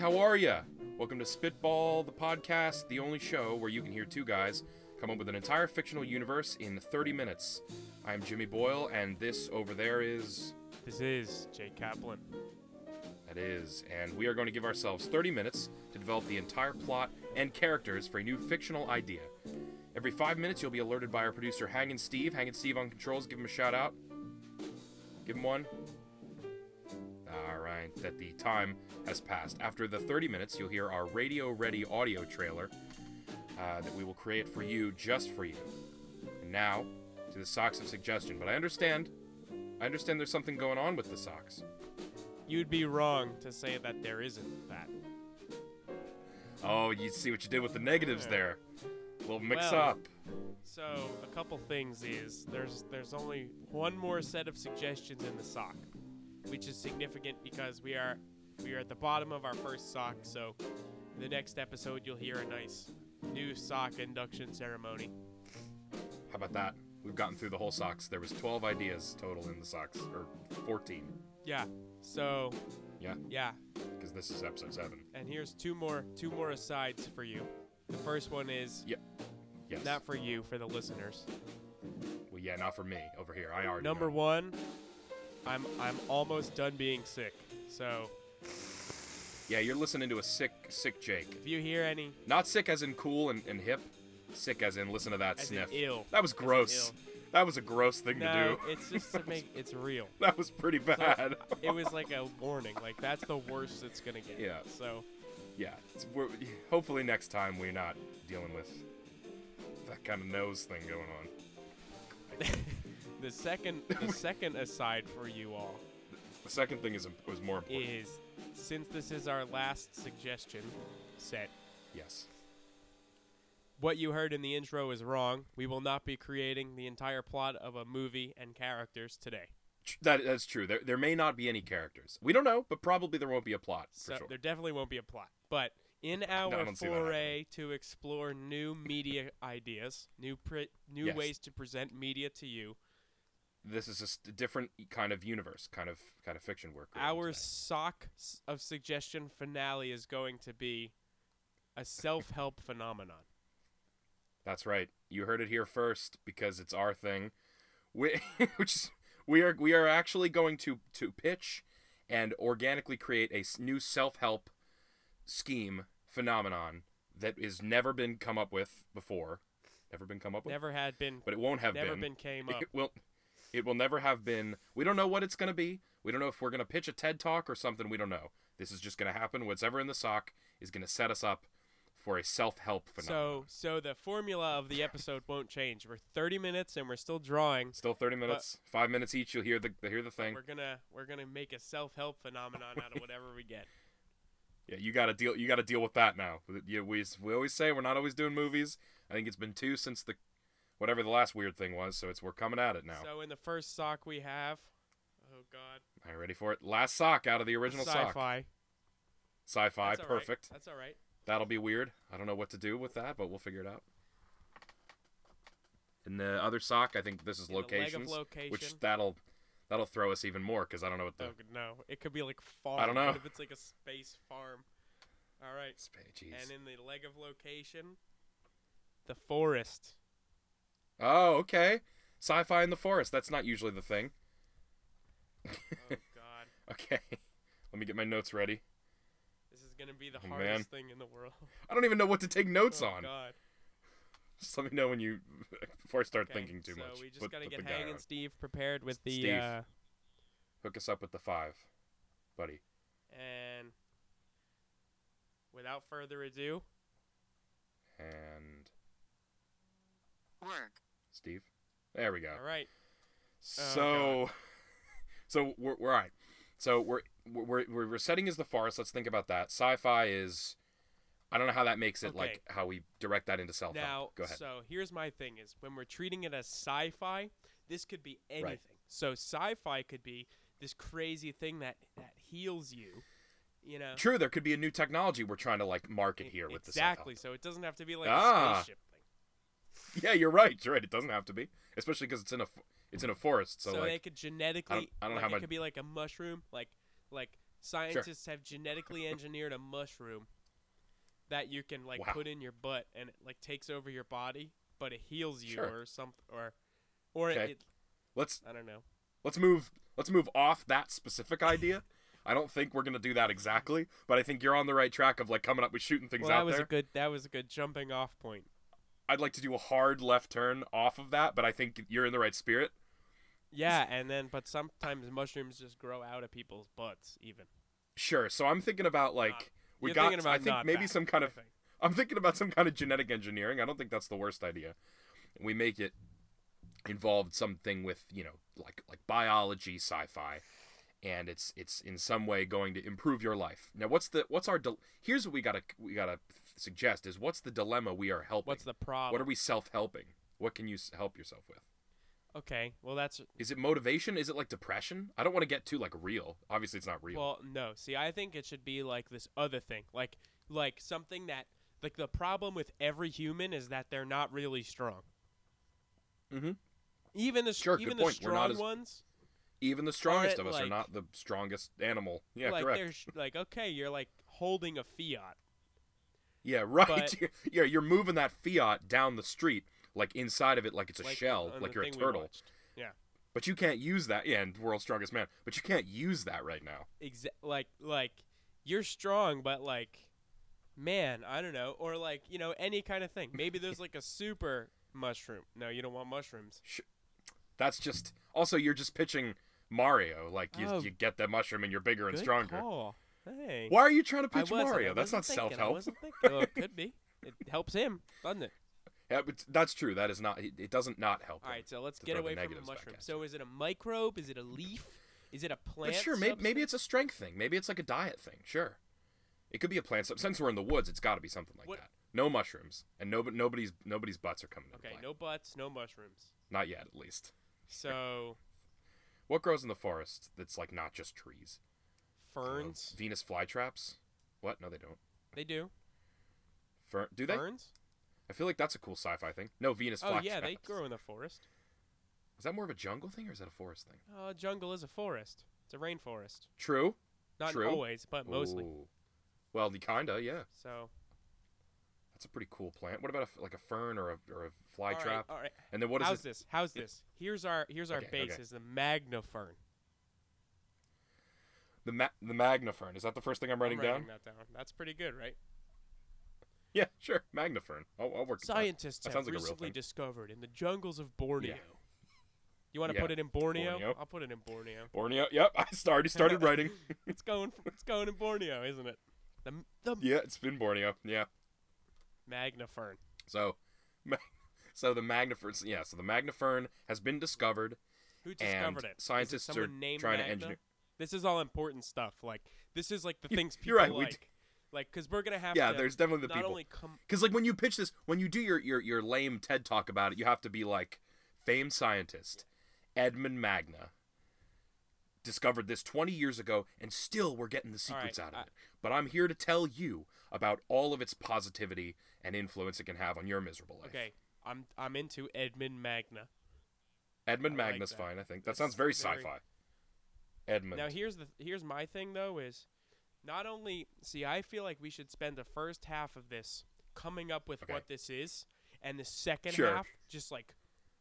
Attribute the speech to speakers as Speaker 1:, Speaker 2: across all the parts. Speaker 1: how are ya? Welcome to Spitball, the podcast, the only show where you can hear two guys come up with an entire fictional universe in 30 minutes. I'm Jimmy Boyle, and this over there is.
Speaker 2: This is Jake Kaplan.
Speaker 1: That is, and we are going to give ourselves 30 minutes to develop the entire plot and characters for a new fictional idea. Every five minutes, you'll be alerted by our producer, Hangin' Steve. Hangin' Steve on controls, give him a shout out. Give him one. All right, that the time has passed. After the 30 minutes, you'll hear our radio ready audio trailer uh, that we will create for you just for you. And now to the socks of suggestion, but I understand. I understand there's something going on with the socks.
Speaker 2: You'd be wrong to say that there isn't that.
Speaker 1: Oh, you see what you did with the negatives
Speaker 2: Yeah.
Speaker 1: there. little mix
Speaker 2: Well-
Speaker 1: up.
Speaker 2: So a couple things is there's there's only one more set of suggestions in the sock, which is significant because we are we are at the bottom of our first sock. So the next episode you'll hear a nice new sock induction ceremony.
Speaker 1: How about that? We've gotten through the whole socks. There was 12 ideas total in the socks, or 14,
Speaker 2: Yeah. So
Speaker 1: Yeah.
Speaker 2: yeah.
Speaker 1: because this is episode seven.
Speaker 2: And here's two more two more asides for you. The first one is
Speaker 1: Yeah. Yes.
Speaker 2: not for you for the listeners.
Speaker 1: well, yeah, not for me over here. I already
Speaker 2: Number
Speaker 1: know.
Speaker 2: one, I'm I'm almost done being sick. So
Speaker 1: Yeah, you're listening to a sick, sick Jake.
Speaker 2: if you hear any
Speaker 1: Not sick as in cool and, and hip. Sick as in listen to that
Speaker 2: as in
Speaker 1: sniff.
Speaker 2: ill,
Speaker 1: That was gross. That was a gross thing
Speaker 2: no,
Speaker 1: to do.
Speaker 2: it's just to make it's real.
Speaker 1: That was pretty bad.
Speaker 2: It was like a warning, like that's the worst it's gonna get.
Speaker 1: Yeah.
Speaker 2: So
Speaker 1: yeah. it's- we're, hopefully next time we're not dealing with that kind of nose thing going on.
Speaker 2: the second the second aside for you all
Speaker 1: The second thing is was more important.
Speaker 2: is since this is our last suggestion set,
Speaker 1: Yes.
Speaker 2: what you heard in the intro is wrong. We will not be creating the entire plot of a movie and characters today.
Speaker 1: Tr- That that's true. There there may not be any characters. We don't know, but probably there won't be a plot for
Speaker 2: So
Speaker 1: sure.
Speaker 2: there definitely won't be a plot. But in
Speaker 1: I
Speaker 2: our
Speaker 1: don't see that
Speaker 2: foray to explore new media ideas, new pre- new
Speaker 1: Yes.
Speaker 2: ways to present media to you,
Speaker 1: This is just a different e, kind of universe, kind of kind of fiction work. we're doing
Speaker 2: our
Speaker 1: today.
Speaker 2: sock s- of suggestion finale is going to be a self-help phenomenon.
Speaker 1: That's right. You heard it here first because it's our thing. We which is, we are we are actually going to to pitch and organically create a s- new self-help scheme phenomenon that is never been come up with before. Never been come up with.
Speaker 2: Never had been
Speaker 1: But it won't have
Speaker 2: never
Speaker 1: been.
Speaker 2: been came up.
Speaker 1: It will it will never have been. We don't know what it's going to be. We don't know if we're going to pitch a TED talk or something. We don't know. This is just going to happen. What's ever in the sock is going to set us up for a self-help phenomenon.
Speaker 2: So so the formula of the episode won't change. We're 30 minutes and we're still drawing.
Speaker 1: Still 30 minutes, 5 minutes each. You'll hear the hear the thing.
Speaker 2: uh, We're going to we're going to make a self-help phenomenon out of whatever we get.
Speaker 1: Yeah, you got to deal you got to deal with that now. You, we we always say we're not always doing movies. I think it's been 2 since the whatever the last weird thing was, so it's we're coming at it now.
Speaker 2: So in the first sock we have Oh God!
Speaker 1: Are you ready for it? Last sock out of the original sock.
Speaker 2: Sci-fi.
Speaker 1: Sci-fi,
Speaker 2: That's all right.
Speaker 1: perfect.
Speaker 2: That's all right.
Speaker 1: That'll be weird. I don't know what to do with that, but we'll figure it out. In the other sock, I think this is
Speaker 2: In the leg of
Speaker 1: locations,
Speaker 2: location.
Speaker 1: which that'll that'll throw us even more because I don't know what the
Speaker 2: oh g- no, it could be like farm.
Speaker 1: don't know.
Speaker 2: What if it's like a space farm? All right.
Speaker 1: Spa- jeez.
Speaker 2: And in the leg of location, the forest.
Speaker 1: Oh, okay. Sci-fi in the forest. That's not usually the thing.
Speaker 2: Oh God!
Speaker 1: Okay. Let me get my notes ready.
Speaker 2: This is gonna be the
Speaker 1: Oh, man.
Speaker 2: hardest thing in the world.
Speaker 1: I don't even know what to take notes
Speaker 2: oh
Speaker 1: on.
Speaker 2: God!
Speaker 1: Just let me know when you before I start
Speaker 2: Okay,
Speaker 1: thinking too
Speaker 2: so
Speaker 1: much.
Speaker 2: So we just
Speaker 1: Put-
Speaker 2: gotta
Speaker 1: put
Speaker 2: get
Speaker 1: the guy
Speaker 2: Hang
Speaker 1: on.
Speaker 2: and Steve prepared with the
Speaker 1: Steve.
Speaker 2: uh,
Speaker 1: Hook us up with the five, buddy.
Speaker 2: and without further ado,
Speaker 1: And
Speaker 3: Work.
Speaker 1: Steve. There we go.
Speaker 2: all right.
Speaker 1: So, so we're, we're all right. So we're we're we're we're setting is the forest. Let's think about that. Sci-fi is. I don't know how that makes it like how we direct that into self
Speaker 2: Now,
Speaker 1: help. Go ahead.
Speaker 2: so here's my thing: is when we're treating it as sci-fi, this could be anything.
Speaker 1: Right.
Speaker 2: So sci-fi could be this crazy thing that that heals you, you know.
Speaker 1: True, there could be a new technology we're trying to like market
Speaker 2: E-
Speaker 1: here with
Speaker 2: exactly.
Speaker 1: the
Speaker 2: So it doesn't have to be like
Speaker 1: Ah.
Speaker 2: a spaceship thing.
Speaker 1: self-help. Yeah, you're right. You're right. It doesn't have to be, especially because it's in a f- it's in a forest. So,
Speaker 2: So, they
Speaker 1: like,
Speaker 2: could genetically.
Speaker 1: I don't know
Speaker 2: like,
Speaker 1: how
Speaker 2: it
Speaker 1: much-
Speaker 2: could be like a mushroom, like like Scientists have genetically engineered a mushroom that you can like
Speaker 1: Wow.
Speaker 2: put in your butt and it like takes over your body, but it heals you
Speaker 1: Sure.
Speaker 2: or something or or it,
Speaker 1: Okay.
Speaker 2: it
Speaker 1: Let's
Speaker 2: I don't know.
Speaker 1: let's move let's move off that specific idea. I don't think we're gonna do that exactly, but I think you're on the right track of like coming up with shooting things
Speaker 2: well, that
Speaker 1: out
Speaker 2: was
Speaker 1: there.
Speaker 2: a good that was a good jumping off point.
Speaker 1: I'd like to do a hard left turn off of that, but I think you're in the right spirit.
Speaker 2: Yeah, and then but sometimes mushrooms just grow out of people's butts even.
Speaker 1: Sure. So I'm thinking about like
Speaker 2: Not-
Speaker 1: we
Speaker 2: You're
Speaker 1: got.
Speaker 2: thinking about
Speaker 1: I think
Speaker 2: not
Speaker 1: maybe
Speaker 2: that,
Speaker 1: some kind
Speaker 2: I
Speaker 1: of.
Speaker 2: think.
Speaker 1: I'm thinking about some kind of genetic engineering. I don't think that's the worst idea. We make it involved something with you know like like biology, sci-fi, and it's it's in some way going to improve your life. Now, what's the what's our dil- here's what we gotta we gotta suggest is what's the dilemma we are helping?
Speaker 2: What's the problem?
Speaker 1: what are we self-helping? What can you s- help yourself with?
Speaker 2: Okay, well that's
Speaker 1: Is it motivation? Is it like depression? I don't want to get too like real. Obviously, it's not real.
Speaker 2: Well, no. See, I think it should be like this other thing, like like something that like the problem with every human is that they're not really strong.
Speaker 1: Mhm.
Speaker 2: Even the s-
Speaker 1: Sure,
Speaker 2: even
Speaker 1: good
Speaker 2: the
Speaker 1: point. We're
Speaker 2: strong
Speaker 1: not as-
Speaker 2: ones,
Speaker 1: Even the strongest
Speaker 2: it,
Speaker 1: of us are
Speaker 2: like-
Speaker 1: not the strongest animal. Yeah,
Speaker 2: like
Speaker 1: correct.
Speaker 2: they're sh- like okay, you're like holding a fiat.
Speaker 1: Yeah, right.
Speaker 2: But-
Speaker 1: You're- yeah, you're moving that fiat down the street, like inside of it, like it's a
Speaker 2: like,
Speaker 1: shell,
Speaker 2: on
Speaker 1: like
Speaker 2: the
Speaker 1: you're a
Speaker 2: thing we
Speaker 1: turtle.
Speaker 2: watched. Yeah.
Speaker 1: But you can't use that. Yeah, and World's Strongest Man. But you can't use that right now.
Speaker 2: Exa- like like you're strong, but like man, I don't know, or like you know any kind of thing. Maybe there's like a super mushroom. No, you don't want mushrooms.
Speaker 1: That's just. Also, you're just pitching Mario. Like you,
Speaker 2: Oh.
Speaker 1: you get that mushroom and you're bigger and
Speaker 2: Good
Speaker 1: stronger.
Speaker 2: call. Hey.
Speaker 1: Why are you trying to
Speaker 2: I
Speaker 1: pitch
Speaker 2: wasn't- I
Speaker 1: Mario? That's not
Speaker 2: wasn't
Speaker 1: self
Speaker 2: thinking, I
Speaker 1: help.
Speaker 2: wasn't thinking. Well, it could be. It helps him, doesn't it?
Speaker 1: that's true. That is not. It, it doesn't not help.
Speaker 2: All
Speaker 1: him.
Speaker 2: right, so let's
Speaker 1: To
Speaker 2: get
Speaker 1: throw the
Speaker 2: away from the
Speaker 1: negatives back
Speaker 2: mushroom.
Speaker 1: at
Speaker 2: So is it a microbe? Is it a leaf? Is it a plant?
Speaker 1: But sure, maybe, maybe it's a strength thing. Maybe it's like a diet thing. Sure, it could be a plant. sub- Since we're in the woods, it's got to be something like
Speaker 2: What-
Speaker 1: that. No mushrooms, and no, nobody's nobody's butts are coming.
Speaker 2: substance?
Speaker 1: into
Speaker 2: Okay,
Speaker 1: play.
Speaker 2: no butts, no mushrooms.
Speaker 1: Not yet, at least.
Speaker 2: So
Speaker 1: What grows in the forest that's like not just trees? Uh,
Speaker 2: ferns,
Speaker 1: Venus flytraps. What? No, they don't.
Speaker 2: they do.
Speaker 1: Fern? Do they?
Speaker 2: Ferns?
Speaker 1: I feel like that's a cool sci-fi thing. No, Venus
Speaker 2: Oh
Speaker 1: flytraps.
Speaker 2: yeah, they grow in the forest.
Speaker 1: Is that more of a jungle thing or is that a forest thing?
Speaker 2: Uh, jungle is a forest. It's a rainforest.
Speaker 1: True.
Speaker 2: Not
Speaker 1: True.
Speaker 2: always, but Uh, mostly.
Speaker 1: Ooh. Well, the kinda, yeah.
Speaker 2: So
Speaker 1: That's a pretty cool plant. What about a f like a fern or a or a
Speaker 2: all
Speaker 1: flytrap?
Speaker 2: right, all right.
Speaker 1: And then what is
Speaker 2: How's
Speaker 1: it?
Speaker 2: this? How's
Speaker 1: it-
Speaker 2: this? Here's our here's our
Speaker 1: Okay,
Speaker 2: base
Speaker 1: okay.
Speaker 2: is the magnifern.
Speaker 1: The ma- the magnifern. Is that the first thing I'm writing,
Speaker 2: I'm writing
Speaker 1: down?
Speaker 2: that down. That's pretty good, right?
Speaker 1: Yeah, sure. Magnifern. I'll, I'll work. with that.
Speaker 2: Scientists
Speaker 1: That
Speaker 2: have
Speaker 1: sounds like a real
Speaker 2: recently
Speaker 1: thing.
Speaker 2: discovered in the jungles of Borneo.
Speaker 1: Yeah.
Speaker 2: You want to
Speaker 1: Yeah,
Speaker 2: put it in Borneo?
Speaker 1: Borneo.
Speaker 2: I'll put it in Borneo.
Speaker 1: Borneo. Yep, I st- already started writing.
Speaker 2: It's going. It's going in Borneo, isn't it? The the
Speaker 1: Yeah, it's been Borneo. Yeah.
Speaker 2: magnifern.
Speaker 1: So, ma- so the magnifern, yeah, so the magnifern has been discovered,
Speaker 2: Who
Speaker 1: and
Speaker 2: discovered it? Is it?
Speaker 1: scientists are
Speaker 2: someone named
Speaker 1: trying to
Speaker 2: Magna?
Speaker 1: engineer.
Speaker 2: This is all important stuff. Like this is like the
Speaker 1: You-
Speaker 2: things people
Speaker 1: you're right, we
Speaker 2: like.
Speaker 1: d-
Speaker 2: Like, cause we're gonna have
Speaker 1: Yeah,
Speaker 2: to
Speaker 1: there's definitely the
Speaker 2: not
Speaker 1: people.
Speaker 2: only come.
Speaker 1: Because like when you pitch this, when you do your your your lame TED talk about it, you have to be like, famed scientist Edmund Magna discovered this 20 years ago, and still we're getting the
Speaker 2: All right,
Speaker 1: secrets out of
Speaker 2: I-
Speaker 1: it. But I'm here to tell you about all of its positivity and influence it can have on your miserable life.
Speaker 2: Okay, I'm I'm into Edmund Magna.
Speaker 1: Edmund
Speaker 2: I like
Speaker 1: Magna's
Speaker 2: that.
Speaker 1: fine, I think. That
Speaker 2: That's
Speaker 1: sounds very,
Speaker 2: very-
Speaker 1: sci-fi. Edmund.
Speaker 2: Now here's the here's my thing though is, not only see I feel like we should spend the first half of this coming up with
Speaker 1: Okay.
Speaker 2: what this is, and the second
Speaker 1: Sure.
Speaker 2: half just like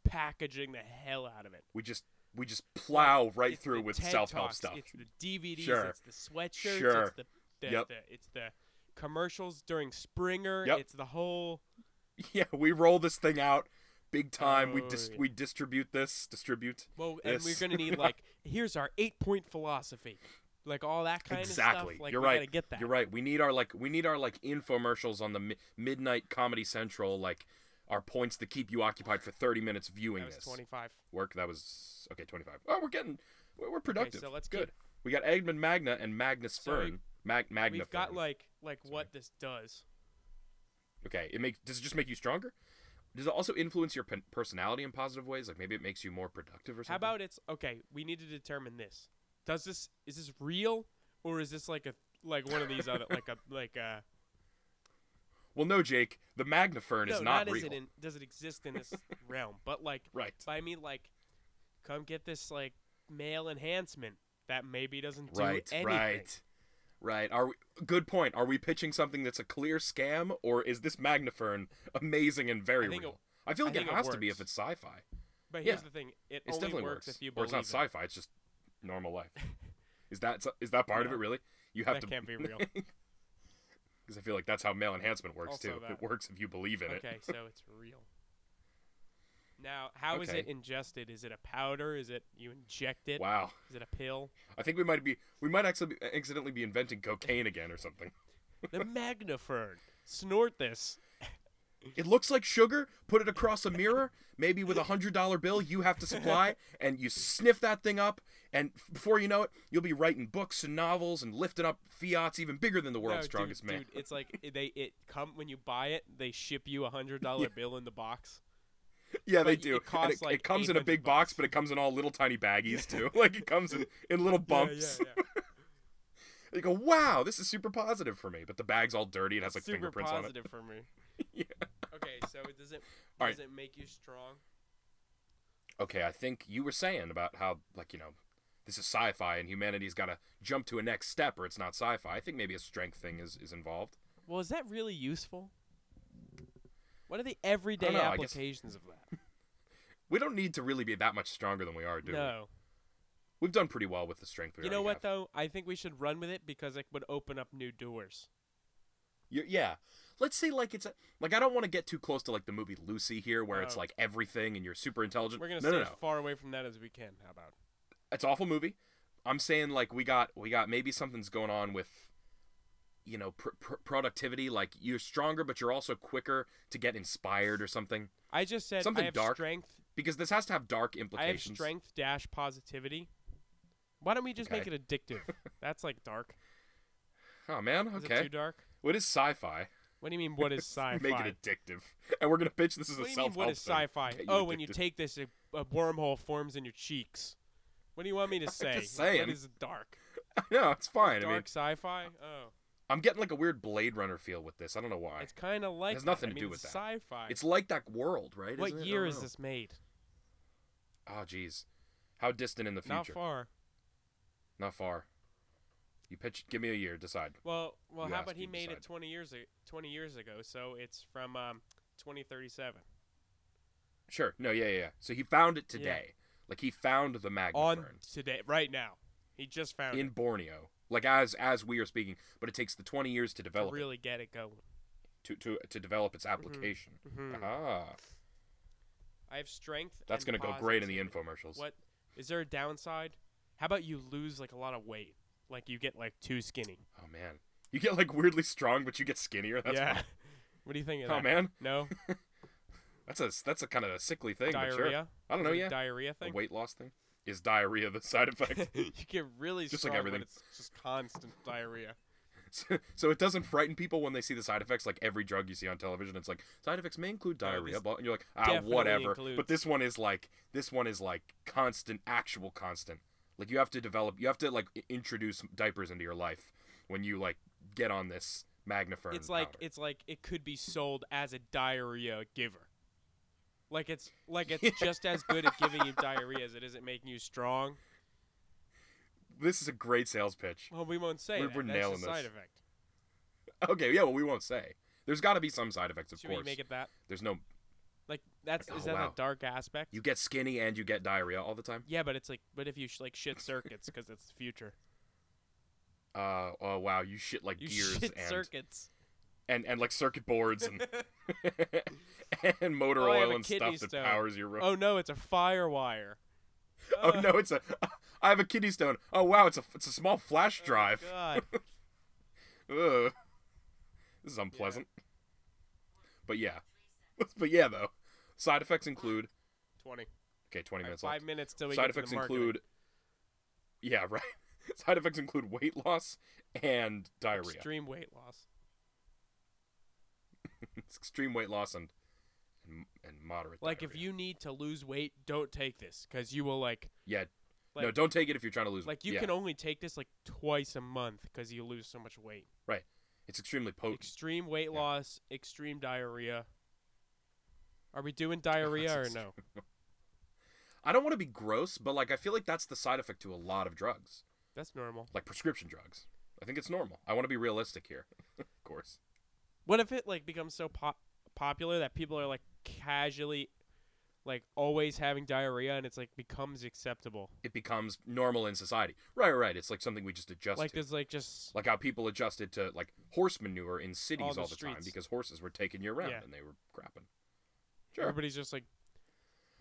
Speaker 2: packaging the hell out of it.
Speaker 1: we just we just plow right
Speaker 2: It's
Speaker 1: through
Speaker 2: the
Speaker 1: with
Speaker 2: TED
Speaker 1: self-help
Speaker 2: Talks,
Speaker 1: stuff.
Speaker 2: It's the DVDs.
Speaker 1: Sure.
Speaker 2: It's the sweatshirts.
Speaker 1: Sure.
Speaker 2: It's the, the,
Speaker 1: Yep.
Speaker 2: the it's the commercials during Springer.
Speaker 1: Yep.
Speaker 2: It's the whole.
Speaker 1: yeah, we roll this thing out big time. we
Speaker 2: Oh,
Speaker 1: dis-
Speaker 2: yeah.
Speaker 1: we distribute this, distribute.
Speaker 2: Well, and
Speaker 1: This.
Speaker 2: we're gonna need like here's our eight point philosophy, like all that kind of
Speaker 1: exactly.
Speaker 2: stuff. Like
Speaker 1: You're
Speaker 2: we
Speaker 1: right.
Speaker 2: gotta get that.
Speaker 1: You're right. We need our like we need our like infomercials on the mi- midnight Comedy Central like our points that keep you occupied for 30 minutes viewing
Speaker 2: That was
Speaker 1: this.
Speaker 2: twenty five.
Speaker 1: Work that was okay, 25. Oh, we're getting we're, we're productive.
Speaker 2: so let's
Speaker 1: good. We got Edmund Magna and Magnus
Speaker 2: So we-
Speaker 1: Fern. Mag- Magna
Speaker 2: We've got
Speaker 1: Fern.
Speaker 2: like like what this does.
Speaker 1: Okay, it makes does it just make you stronger? Does it also influence your pen- personality in positive ways? Like maybe it makes you more productive or something.
Speaker 2: How about it's okay? We need to determine this. Does this is this real or is this like a like one of these other like a like uh, a
Speaker 1: Well, no, Jake, the Magnafern
Speaker 2: no
Speaker 1: is not,
Speaker 2: is
Speaker 1: real.
Speaker 2: it in, does it exist in this realm? But like
Speaker 1: right.
Speaker 2: I mean like come get this like male enhancement that maybe doesn't do
Speaker 1: Right.
Speaker 2: anything.
Speaker 1: Right. Right. Are we, good point. Are we pitching something that's a clear scam, or is this Magnafern amazing and very
Speaker 2: I think
Speaker 1: real?
Speaker 2: it-
Speaker 1: I feel
Speaker 2: I
Speaker 1: like it
Speaker 2: think it
Speaker 1: has to be if
Speaker 2: works.
Speaker 1: it's sci-fi.
Speaker 2: But here's
Speaker 1: Yeah.
Speaker 2: the thing: it
Speaker 1: It
Speaker 2: only
Speaker 1: definitely
Speaker 2: works,
Speaker 1: works.
Speaker 2: if you
Speaker 1: or it's
Speaker 2: believe
Speaker 1: not
Speaker 2: it.
Speaker 1: sci-fi. It's just normal life. is that so- is that part of
Speaker 2: No.
Speaker 1: it really? You have
Speaker 2: That
Speaker 1: to
Speaker 2: can't be real.
Speaker 1: because I feel like that's how male enhancement works
Speaker 2: Also
Speaker 1: too.
Speaker 2: that.
Speaker 1: It works if you believe in it.
Speaker 2: okay, so it's real. Now, how is it
Speaker 1: Okay.
Speaker 2: ingested? Is it a powder? Is it you inject it? Is
Speaker 1: Wow.
Speaker 2: it a pill?
Speaker 1: I think we might be we might actually be, accidentally be inventing cocaine again or something.
Speaker 2: the Magnafern. Snort this.
Speaker 1: It looks like sugar. Put it across a mirror, maybe with a hundred dollar bill you have to supply, and you sniff that thing up. And f- before you know it, you'll be writing books and novels and lifting up fiats even bigger than the
Speaker 2: No,
Speaker 1: world's
Speaker 2: dude,
Speaker 1: strongest man.
Speaker 2: Dude, it's like it- they it come when you buy it, they ship you a hundred dollar bill in the box.
Speaker 1: yeah, they
Speaker 2: but
Speaker 1: do.
Speaker 2: it
Speaker 1: And It,
Speaker 2: costs
Speaker 1: it
Speaker 2: like
Speaker 1: comes in a
Speaker 2: 800
Speaker 1: big box,
Speaker 2: bucks.
Speaker 1: but it comes in all little tiny baggies too. like it comes in, in little bumps.
Speaker 2: Yeah, yeah, yeah.
Speaker 1: You go, wow, this is super positive for me. But the bag's all dirty. It has like
Speaker 2: Super
Speaker 1: fingerprints on it.
Speaker 2: positive for me.
Speaker 1: Yeah.
Speaker 2: Okay, so it doesn't
Speaker 1: All
Speaker 2: does
Speaker 1: right.
Speaker 2: it make you strong?
Speaker 1: Okay, I think you were saying about how like you know, this is sci-fi and humanity's got to jump to a next step or it's not sci-fi. I think maybe a strength thing is is involved.
Speaker 2: Well, is that really useful? What are the everyday
Speaker 1: know, I guess-
Speaker 2: applications of that?
Speaker 1: We don't need to really be that much stronger than we are, do we?
Speaker 2: no.
Speaker 1: We've done pretty well with the strength. We
Speaker 2: You know
Speaker 1: already
Speaker 2: what
Speaker 1: have.
Speaker 2: though? I think we should run with it because it would open up new doors.
Speaker 1: You're- yeah. Let's say like it's a, like I don't want to get too close to like the movie Lucy here, where it's
Speaker 2: No.
Speaker 1: like everything and you're super intelligent.
Speaker 2: Oh. We're gonna
Speaker 1: no,
Speaker 2: stay
Speaker 1: no, no.
Speaker 2: as far away from that as we can. How about?
Speaker 1: It's an awful movie. I'm saying like we got we got maybe something's going on with, you know, pr- pr- productivity. Like you're stronger, but you're also quicker to get inspired or something.
Speaker 2: I just said
Speaker 1: Something
Speaker 2: I have
Speaker 1: dark
Speaker 2: strength.
Speaker 1: Because this has to have dark
Speaker 2: I have
Speaker 1: implications.
Speaker 2: strength dash positivity. Why don't we just make
Speaker 1: Okay.
Speaker 2: it addictive? That's like dark.
Speaker 1: Oh man,
Speaker 2: Is it
Speaker 1: okay.
Speaker 2: too dark?
Speaker 1: What is sci-fi?
Speaker 2: What do you mean? What is sci-fi?
Speaker 1: Make it addictive, and we're gonna pitch this as
Speaker 2: what
Speaker 1: a
Speaker 2: do you mean?
Speaker 1: self-help
Speaker 2: What is
Speaker 1: thing.
Speaker 2: sci-fi?
Speaker 1: Get
Speaker 2: Oh, when you
Speaker 1: addicted.
Speaker 2: take this, a, a wormhole forms in your cheeks. What do you want me to say?
Speaker 1: just
Speaker 2: What
Speaker 1: saying.
Speaker 2: is dark?
Speaker 1: No, it's fine.
Speaker 2: dark
Speaker 1: I mean, uh,
Speaker 2: sci-fi? Oh,
Speaker 1: I'm getting like a weird Blade Runner feel with this. I don't know why.
Speaker 2: it's
Speaker 1: It's,
Speaker 2: kind of like
Speaker 1: has
Speaker 2: that.
Speaker 1: nothing
Speaker 2: I
Speaker 1: to
Speaker 2: mean,
Speaker 1: do with
Speaker 2: it's
Speaker 1: that.
Speaker 2: sci-fi.
Speaker 1: like that world, right?
Speaker 2: what
Speaker 1: isn't it? I
Speaker 2: year
Speaker 1: don't
Speaker 2: is
Speaker 1: know.
Speaker 2: this made?
Speaker 1: Oh, jeez. How distant in the future?
Speaker 2: Not far.
Speaker 1: Not far. You pitch. Give me a year. Decide.
Speaker 2: Well, well,
Speaker 1: You
Speaker 2: how
Speaker 1: ask,
Speaker 2: about
Speaker 1: you
Speaker 2: he made it
Speaker 1: decide.
Speaker 2: 20 years ago, 20 years ago? So it's from um, 2037
Speaker 1: Sure. No. Yeah. Yeah. yeah. So he found it today. Like he found the Magnafern
Speaker 2: on today, right now. He just found
Speaker 1: in
Speaker 2: it
Speaker 1: Borneo. Like as as we are speaking, but it takes the 20 years to
Speaker 2: to
Speaker 1: develop it,
Speaker 2: really get it going.
Speaker 1: to to to develop its
Speaker 2: Mm-hmm.
Speaker 1: application.
Speaker 2: Mhm.
Speaker 1: Ah,
Speaker 2: I have strength.
Speaker 1: that's
Speaker 2: and
Speaker 1: gonna go great in the
Speaker 2: positivity.
Speaker 1: infomercials.
Speaker 2: What is there a downside? How about you lose like a lot of weight? Like you get like too skinny.
Speaker 1: Oh man, you get like weirdly strong, but you get skinnier. That's
Speaker 2: yeah.
Speaker 1: fun.
Speaker 2: what do you think of
Speaker 1: Oh
Speaker 2: that?
Speaker 1: man,
Speaker 2: No
Speaker 1: that's a that's a kind of a sickly thing. but sure.
Speaker 2: diarrhea.
Speaker 1: I don't know.
Speaker 2: Is it a
Speaker 1: Yeah,
Speaker 2: Diarrhea
Speaker 1: a
Speaker 2: thing.
Speaker 1: weight loss thing is diarrhea the side effect.
Speaker 2: you get really
Speaker 1: Just like
Speaker 2: strong when
Speaker 1: everything.
Speaker 2: It's just constant diarrhea.
Speaker 1: so, so it doesn't frighten people when they see the side effects. Like every drug you see on television, it's like side effects may include
Speaker 2: Oh,
Speaker 1: diarrhea,
Speaker 2: this
Speaker 1: blah, and you're like ah
Speaker 2: definitely
Speaker 1: whatever.
Speaker 2: includes-
Speaker 1: But this one is like this one is like constant, actual constant. Like you have to develop, you have to like i- introduce diapers into your life when you like get on this Magnafern.
Speaker 2: it's like
Speaker 1: powder.
Speaker 2: it's like it could be sold as a diarrhea giver. Like it's like it's
Speaker 1: Yeah.
Speaker 2: just as good at giving you diarrhea as it is at making you strong.
Speaker 1: this is a great sales pitch.
Speaker 2: Well, we won't say
Speaker 1: We're-
Speaker 2: that.
Speaker 1: we're
Speaker 2: That's
Speaker 1: nailing
Speaker 2: the
Speaker 1: this.
Speaker 2: side effect.
Speaker 1: Okay, yeah, well we won't say. There's got to be some side effects, of
Speaker 2: Should we
Speaker 1: course.
Speaker 2: make it that?
Speaker 1: There's no
Speaker 2: Like that's
Speaker 1: Like,
Speaker 2: is
Speaker 1: oh,
Speaker 2: that
Speaker 1: wow.
Speaker 2: the dark aspect?
Speaker 1: You get skinny and you get diarrhea all the time.
Speaker 2: Yeah, but it's like, but if you sh- like shit circuits, because it's the future.
Speaker 1: Uh, oh wow, you shit like
Speaker 2: You
Speaker 1: gears
Speaker 2: shit
Speaker 1: and,
Speaker 2: circuits.
Speaker 1: and and like circuit boards and and motor
Speaker 2: Oh, I have
Speaker 1: oil
Speaker 2: a
Speaker 1: and
Speaker 2: kidney
Speaker 1: stuff that
Speaker 2: stone.
Speaker 1: powers your road.
Speaker 2: Oh uh. no, it's a fire wire.
Speaker 1: Oh, no, it's a I have a kidney stone. Oh wow, it's a it's a small
Speaker 2: Oh,
Speaker 1: flash drive.
Speaker 2: God.
Speaker 1: Ugh. This is unpleasant. But yeah, but yeah though, side effects include
Speaker 2: Twenty.
Speaker 1: okay, twenty
Speaker 2: All right,
Speaker 1: minutes left.
Speaker 2: five minutes till we
Speaker 1: Side
Speaker 2: get to the
Speaker 1: effects
Speaker 2: marketing.
Speaker 1: include yeah right. Side effects include weight loss and diarrhea.
Speaker 2: extreme weight loss.
Speaker 1: It's extreme weight loss and and, and moderate.
Speaker 2: Like if
Speaker 1: diarrhea.
Speaker 2: you need to lose weight, don't take this because you will like
Speaker 1: yeah, no,
Speaker 2: like-
Speaker 1: don't take it if you're trying to lose.
Speaker 2: like you
Speaker 1: yeah,
Speaker 2: can only take this like twice a month because you lose so much weight.
Speaker 1: It's extremely potent.
Speaker 2: Extreme weight
Speaker 1: Oh. Yeah.
Speaker 2: loss, extreme diarrhea. Are we doing diarrhea or
Speaker 1: That's
Speaker 2: no?
Speaker 1: I don't want to be gross, but like I feel like that's the side effect to a lot of drugs,
Speaker 2: That's normal.
Speaker 1: like prescription drugs. I think it's normal. I want to be realistic here, of course.
Speaker 2: What if it like becomes so pop- popular that people are like casually, like always having diarrhea, and it's like becomes acceptable?
Speaker 1: It becomes normal in society. Right, right. It's like something we just adjust
Speaker 2: like
Speaker 1: to.
Speaker 2: there's like just
Speaker 1: Like how people adjusted to like horse manure in cities all the,
Speaker 2: the
Speaker 1: time
Speaker 2: streets.
Speaker 1: because horses were taken year round
Speaker 2: Yeah.
Speaker 1: and they were crapping. Sure.
Speaker 2: everybody's just like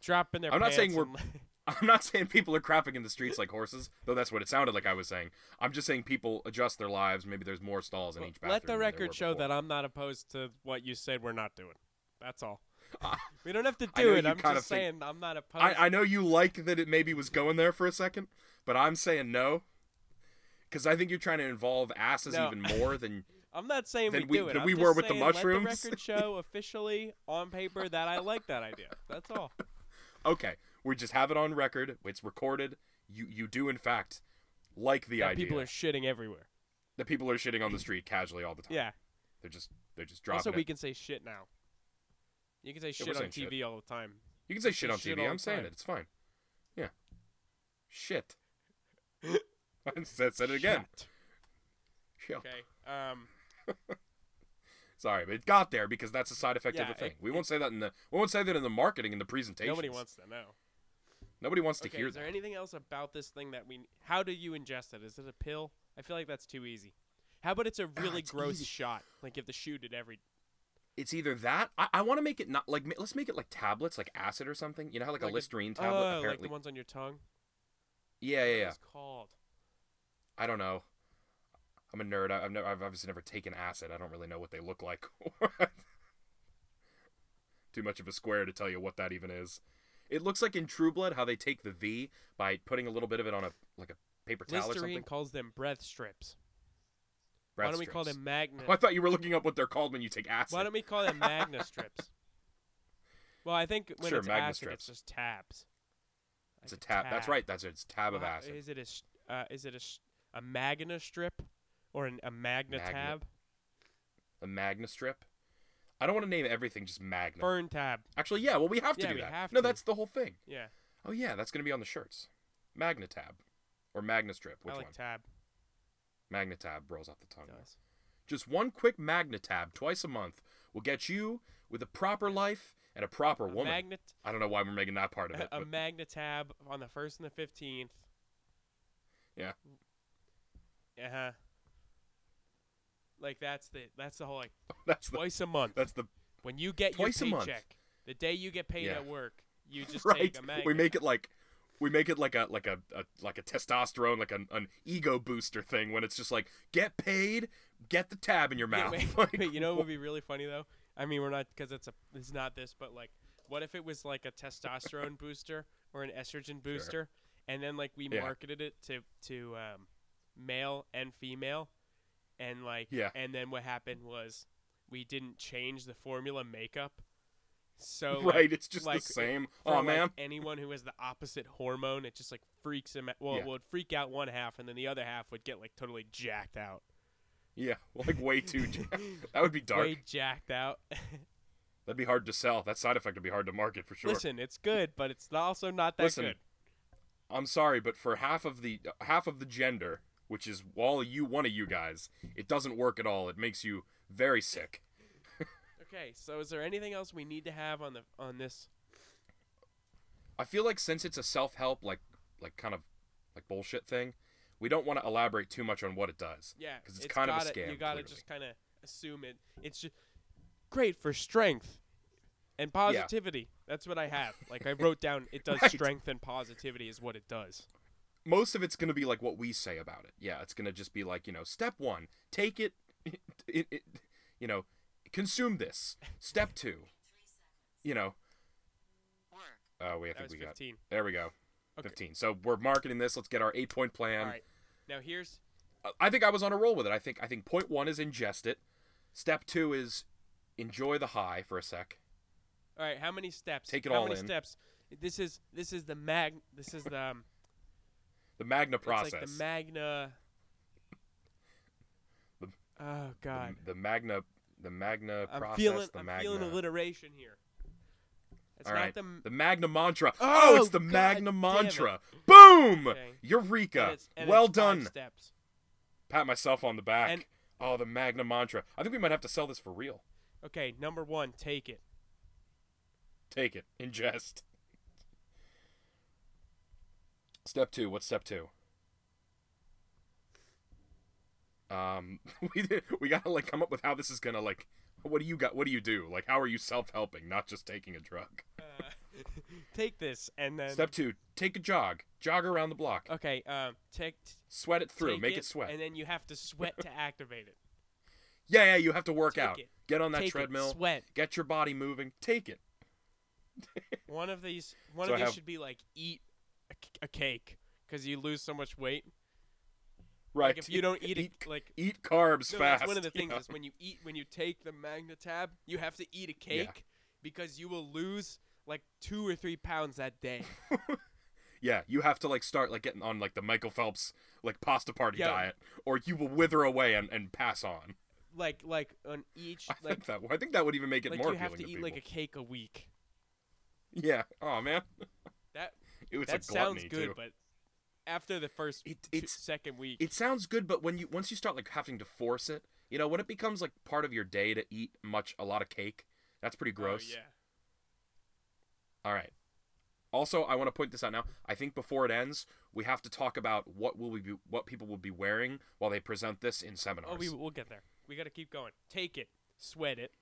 Speaker 2: dropping their.
Speaker 1: I'm not
Speaker 2: pants
Speaker 1: saying we're-
Speaker 2: and, like-
Speaker 1: I'm not saying people are crapping in the streets like horses, though that's what it sounded like I was saying. I'm just saying people adjust their lives. Maybe there's more stalls in
Speaker 2: Well,
Speaker 1: each bathroom.
Speaker 2: Let the
Speaker 1: than there were
Speaker 2: record show
Speaker 1: before.
Speaker 2: that I'm not opposed to what you said we're not doing. That's all.
Speaker 1: Ah,
Speaker 2: we don't have to
Speaker 1: I
Speaker 2: do
Speaker 1: know
Speaker 2: it.
Speaker 1: you
Speaker 2: I'm
Speaker 1: kind of
Speaker 2: just
Speaker 1: think-
Speaker 2: saying I'm not opposed.
Speaker 1: I, I know you like that it maybe was going there for a second, but I'm saying no. Because I think you're trying to involve asses
Speaker 2: No.
Speaker 1: even more than.
Speaker 2: am not saying
Speaker 1: than we-
Speaker 2: we do it.
Speaker 1: than
Speaker 2: I'm
Speaker 1: we
Speaker 2: just
Speaker 1: were with the
Speaker 2: saying let
Speaker 1: mushrooms.
Speaker 2: the record show officially on paper that I like that idea. That's all.
Speaker 1: Okay, we just have it on record. It's recorded. You you do in fact like the
Speaker 2: That
Speaker 1: idea
Speaker 2: people are shitting everywhere.
Speaker 1: that people are shitting on the street casually all the time.
Speaker 2: Yeah.
Speaker 1: they're just they're just dropping
Speaker 2: also,
Speaker 1: it.
Speaker 2: we can say shit now. You can say
Speaker 1: we're
Speaker 2: shit on
Speaker 1: saying
Speaker 2: TV
Speaker 1: shit.
Speaker 2: all the time.
Speaker 1: You can say shit on
Speaker 2: shit
Speaker 1: TV.
Speaker 2: all
Speaker 1: I'm
Speaker 2: the
Speaker 1: saying
Speaker 2: time.
Speaker 1: it. It's fine. Yeah. Shit. I said, said it again.
Speaker 2: Shit.
Speaker 1: Yeah.
Speaker 2: Okay. Um.
Speaker 1: Sorry, but it got there because that's a side effect
Speaker 2: Yeah,
Speaker 1: of
Speaker 2: it-
Speaker 1: a thing. we won't say that in the we won't say that in the marketing and the presentation.
Speaker 2: Nobody wants to know.
Speaker 1: Nobody wants to
Speaker 2: Okay.
Speaker 1: hear
Speaker 2: Is
Speaker 1: that.
Speaker 2: there anything else about this thing that we? How do you ingest it? Is it a pill? I feel like that's too easy. How about it's a really
Speaker 1: Ah, it's
Speaker 2: gross
Speaker 1: easy.
Speaker 2: shot? Like if the shoe did every.
Speaker 1: It's either that. I, I want to make it not like ma- let's make it like tablets, like acid or something. You know how like,
Speaker 2: Like
Speaker 1: a
Speaker 2: a-
Speaker 1: Listerine tablet
Speaker 2: oh, like
Speaker 1: apparently.
Speaker 2: the ones on your tongue.
Speaker 1: yeah, yeah, yeah.
Speaker 2: It's called.
Speaker 1: I don't know. I'm a nerd. I- I've never, I've obviously never taken acid. I don't really know what they look like. Too much of a square to tell you what that even is. It looks like in True Blood how they take the V by putting a little bit of it on a like a paper towel or
Speaker 2: Listerine
Speaker 1: something.
Speaker 2: calls them breath strips.
Speaker 1: Breath
Speaker 2: Why don't we call
Speaker 1: strips.
Speaker 2: them magnet?
Speaker 1: I thought you were looking up what they're called when you take acid.
Speaker 2: Why don't we call them magna strips? Well, I think when
Speaker 1: Sure,
Speaker 2: it's
Speaker 1: Magna
Speaker 2: acid,
Speaker 1: strips.
Speaker 2: it's just tabs.
Speaker 1: it's a
Speaker 2: Like
Speaker 1: tab. That's right. That's it. It's tab of
Speaker 2: Well,
Speaker 1: acid.
Speaker 2: Is it a sh- uh, is it a sh- a magna strip or an, a magna,
Speaker 1: Magna.
Speaker 2: tab?
Speaker 1: a magna strip. I don't want to name everything just magna.
Speaker 2: Burn tab.
Speaker 1: Actually, yeah. Well, we have to
Speaker 2: Yeah,
Speaker 1: do
Speaker 2: we
Speaker 1: that.
Speaker 2: have
Speaker 1: no,
Speaker 2: to.
Speaker 1: that's the whole thing.
Speaker 2: Yeah,
Speaker 1: Oh yeah, that's gonna be on the shirts. Magna tab, or magna strip. Which
Speaker 2: I like
Speaker 1: one?
Speaker 2: tab.
Speaker 1: Magnetab rolls off the tongue.
Speaker 2: Nice.
Speaker 1: more. Just one quick Magnetab twice a month will get you with a proper life and a proper
Speaker 2: a
Speaker 1: woman.
Speaker 2: magnet
Speaker 1: I don't know why we're making that part of it.
Speaker 2: a
Speaker 1: but
Speaker 2: magna tab on the first and the fifteenth.
Speaker 1: Yeah.
Speaker 2: Uh huh. Like that's the that's the whole like
Speaker 1: that's the
Speaker 2: twice a month.
Speaker 1: that's the
Speaker 2: when you get
Speaker 1: twice a
Speaker 2: your
Speaker 1: month.
Speaker 2: paycheck, the day you get paid
Speaker 1: Yeah.
Speaker 2: at work, you just
Speaker 1: right.
Speaker 2: take a magnet.
Speaker 1: We make it like we make it like a like a, a like a testosterone like an, an ego booster thing when it's just like get paid, get the tab in your
Speaker 2: Yeah,
Speaker 1: mouth.
Speaker 2: wait,
Speaker 1: Like,
Speaker 2: wait, you know what would be really funny though? I mean, we're not because it's a it's not this, but like, what if it was like a testosterone booster or an estrogen booster, and then like we
Speaker 1: Yeah.
Speaker 2: marketed it to to um, male and female, and like
Speaker 1: Yeah.
Speaker 2: and then what happened was we didn't change the formula makeup, so like,
Speaker 1: right, it's just
Speaker 2: like,
Speaker 1: the same.
Speaker 2: for,
Speaker 1: Oh
Speaker 2: like,
Speaker 1: man.
Speaker 2: anyone who has the opposite hormone, it just like freaks them. Out. Well,
Speaker 1: Yeah.
Speaker 2: it would freak out one half, and then the other half would get like totally jacked out.
Speaker 1: Yeah, like way too That would be dark.
Speaker 2: Way jacked out.
Speaker 1: That'd be hard to sell. That side effect would be hard to market for sure.
Speaker 2: Listen, it's good, but it's not- also not that
Speaker 1: Listen,
Speaker 2: good.
Speaker 1: I'm sorry, but for half of the half of the gender, which is all you one of you guys, it doesn't work at all. It makes you very sick.
Speaker 2: Okay, so is there anything else we need to have on the on this?
Speaker 1: I feel like since it's a self-help like like kind of like bullshit thing, we don't want to elaborate too much on what it does.
Speaker 2: Yeah,
Speaker 1: 'Cause it's kind of a
Speaker 2: gotta- You
Speaker 1: scam,
Speaker 2: gotta
Speaker 1: clearly.
Speaker 2: just kind of assume it. It's just great for strength and positivity. That's what I have. Like I wrote down, it does
Speaker 1: Right.
Speaker 2: strength and positivity is what it does.
Speaker 1: Most of it's going to be like what we say about it. Yeah, it's going to just be like, you know, step 1, take it, it, it you know, consume this. Step 2, you know,
Speaker 3: Work.
Speaker 1: oh, wait, I
Speaker 2: That
Speaker 1: think
Speaker 2: was
Speaker 1: we got.
Speaker 2: fifteen.
Speaker 1: There we go.
Speaker 2: Okay.
Speaker 1: 15. So we're marketing this. Let's get our 8-point plan. Uh,
Speaker 2: All right. Now here's
Speaker 1: I think I was on a roll with it. I think I think point one is ingest it. Step two is enjoy the high for a sec.
Speaker 2: all right. How many steps?
Speaker 1: Take it
Speaker 2: how
Speaker 1: all
Speaker 2: many
Speaker 1: in.
Speaker 2: steps? This is this is the mag. This is the um,
Speaker 1: The Magna process.
Speaker 2: It's like the Magna.
Speaker 1: The-
Speaker 2: oh
Speaker 1: The-
Speaker 2: God,
Speaker 1: The, Magna the Magna
Speaker 2: I'm
Speaker 1: process.
Speaker 2: feeling
Speaker 1: the
Speaker 2: I'm
Speaker 1: Magna.
Speaker 2: feeling alliteration here. It's
Speaker 1: All
Speaker 2: not
Speaker 1: right.
Speaker 2: the,
Speaker 1: The Magna mantra.
Speaker 2: Oh,
Speaker 1: it's the
Speaker 2: God
Speaker 1: Magna
Speaker 2: damn it.
Speaker 1: mantra. Boom!
Speaker 2: Okay.
Speaker 1: Eureka!
Speaker 2: and it's, and
Speaker 1: well
Speaker 2: it's five
Speaker 1: done.
Speaker 2: steps.
Speaker 1: Pat myself on the back.
Speaker 2: And-
Speaker 1: oh, the Magna Mantra. I think we might have to sell this for real.
Speaker 2: Okay, number one, take it.
Speaker 1: Take it. Ingest. Step two. What's step two? Um, we did, we gotta like come up with how this is gonna like. What do you got? What do you do? Like, how are you self helping, not just taking a drug?
Speaker 2: Uh, take this and then.
Speaker 1: Step two: take a jog, jog around the block,
Speaker 2: Okay, um, take. t-
Speaker 1: sweat it through,
Speaker 2: take
Speaker 1: make it, sweat.
Speaker 2: And then you have to sweat to activate it.
Speaker 1: yeah, yeah, you have to work
Speaker 2: Take
Speaker 1: out.
Speaker 2: it.
Speaker 1: Get on that
Speaker 2: Take it,
Speaker 1: treadmill.
Speaker 2: sweat.
Speaker 1: Get your body moving. Take it.
Speaker 2: One of these, one
Speaker 1: So I
Speaker 2: of these
Speaker 1: have-
Speaker 2: should be like eat a, c- a cake because you lose so much weight.
Speaker 1: Right.
Speaker 2: Like if you don't eat,
Speaker 1: eat,
Speaker 2: a, like
Speaker 1: eat carbs
Speaker 2: no,
Speaker 1: fast.
Speaker 2: that's one of the things
Speaker 1: yeah.
Speaker 2: is when you eat when you take the Magna Tab, you have to eat a
Speaker 1: Yeah.
Speaker 2: cake because you will lose like two or three pounds that day.
Speaker 1: Yeah, you have to like start like getting on like the Michael Phelps like pasta party
Speaker 2: Yeah.
Speaker 1: diet, or you will wither away and, and pass on.
Speaker 2: like like on each
Speaker 1: I think
Speaker 2: like
Speaker 1: that I think that would even make it
Speaker 2: like
Speaker 1: more
Speaker 2: you
Speaker 1: appealing
Speaker 2: have to eat
Speaker 1: people.
Speaker 2: like a cake a week.
Speaker 1: yeah. Oh man,
Speaker 2: That
Speaker 1: it was a
Speaker 2: that sounds
Speaker 1: gluttony
Speaker 2: good,
Speaker 1: too.
Speaker 2: but after the first
Speaker 1: It-
Speaker 2: two-
Speaker 1: it's-
Speaker 2: second week,
Speaker 1: it sounds good but when you once you start like having to force it you know when it becomes like part of your day to eat much a lot of cake that's pretty
Speaker 2: oh,
Speaker 1: gross
Speaker 2: yeah.
Speaker 1: all right also i want to point this out now i think before it ends we have to talk about what will we be what people will be wearing while they present this in seminars
Speaker 2: Oh, we we'll get there. We got to keep going. Take it, sweat it.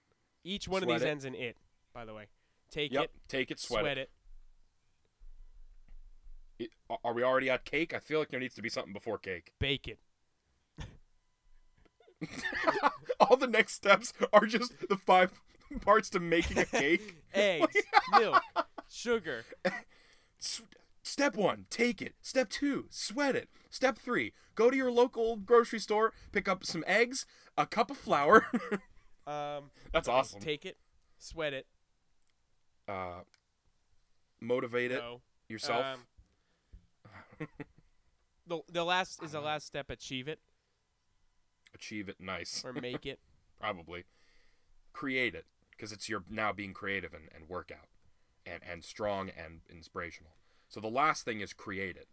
Speaker 2: Each one
Speaker 1: Sweat
Speaker 2: of these
Speaker 1: it.
Speaker 2: ends in it. By the way, take
Speaker 1: yep
Speaker 2: it,
Speaker 1: take it sweat, it.
Speaker 2: it.
Speaker 1: It- are we already at cake i feel like there needs to be something before cake
Speaker 2: bake it.
Speaker 1: all the next steps are just the five parts to making a cake
Speaker 2: Eggs, milk, sugar.
Speaker 1: S- Step one, take it. Step two, sweat it. Step three, go to your local grocery store, pick up some eggs, a cup of flour.
Speaker 2: Um,
Speaker 1: That's awesome.
Speaker 2: take it, sweat it.
Speaker 1: Uh, motivate it
Speaker 2: No.
Speaker 1: yourself.
Speaker 2: Um, the the last is the last step. Achieve it
Speaker 1: Achieve it. Nice.
Speaker 2: or make it.
Speaker 1: Probably. Create it because it's your now being creative and, and workout and, and strong and inspirational. So the last thing is create it.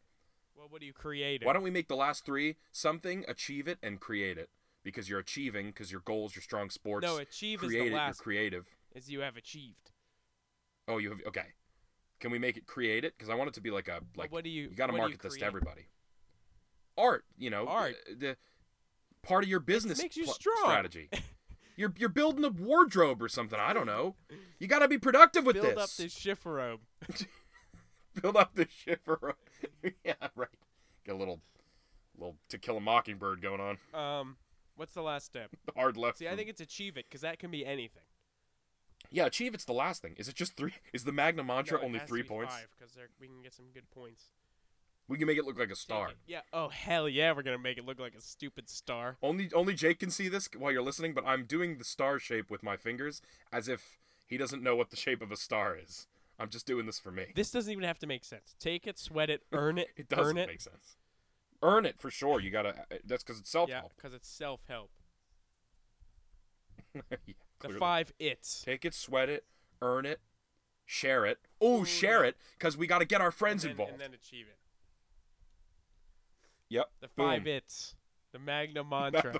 Speaker 2: Well, what do you create?
Speaker 1: Why don't we make the last three something, achieve it, and create it? Because you're achieving, because your goals, your strong sports.
Speaker 2: No, achieve is
Speaker 1: create
Speaker 2: the
Speaker 1: it,
Speaker 2: last.
Speaker 1: you're creative.
Speaker 2: Is you have achieved.
Speaker 1: Oh, you have okay. Can we make it create it? Because I want it to be like a
Speaker 2: Well,
Speaker 1: like
Speaker 2: what do you?
Speaker 1: you got to
Speaker 2: what do
Speaker 1: market this
Speaker 2: create?
Speaker 1: to everybody. Art, you know,
Speaker 2: Art.
Speaker 1: uh, the part of your business
Speaker 2: makes you
Speaker 1: pl-
Speaker 2: strong.
Speaker 1: strategy. you're you're building a wardrobe or something. I don't know. You got to be productive with
Speaker 2: Build
Speaker 1: this.
Speaker 2: up this shifter robe.
Speaker 1: Build up the shiver. yeah, right. Get a little little To Kill a Mockingbird going on.
Speaker 2: Um, what's the last step?
Speaker 1: Hard left.
Speaker 2: See, I
Speaker 1: from-
Speaker 2: think it's achieve it because that can be anything.
Speaker 1: yeah, achieve. It's the last thing. Is it just three? Is the Magna Mantra only three points?
Speaker 2: Because we can get some good points.
Speaker 1: We can make it look like a
Speaker 2: Take
Speaker 1: star.
Speaker 2: it. Yeah. Oh hell yeah, we're gonna make it look like a stupid star.
Speaker 1: Only only Jake can see this while you're listening, but I'm doing the star shape with my fingers as if he doesn't know what the shape of a star is. I'm just doing this for me.
Speaker 2: This doesn't even have to make sense. Take it, sweat it, earn it,
Speaker 1: It doesn't
Speaker 2: earn it.
Speaker 1: make sense. Earn it for sure. You gotta. uh, That's because it's self
Speaker 2: yeah,
Speaker 1: help.
Speaker 2: because it's self help.
Speaker 1: Yeah.
Speaker 2: The
Speaker 1: clearly.
Speaker 2: five it's.
Speaker 1: Take it, sweat it, earn it, share it. Oh, share it because we gotta get our friends
Speaker 2: and then,
Speaker 1: involved.
Speaker 2: And then achieve it.
Speaker 1: yep.
Speaker 2: The
Speaker 1: boom.
Speaker 2: five it's. The Magna Mantra.
Speaker 1: the,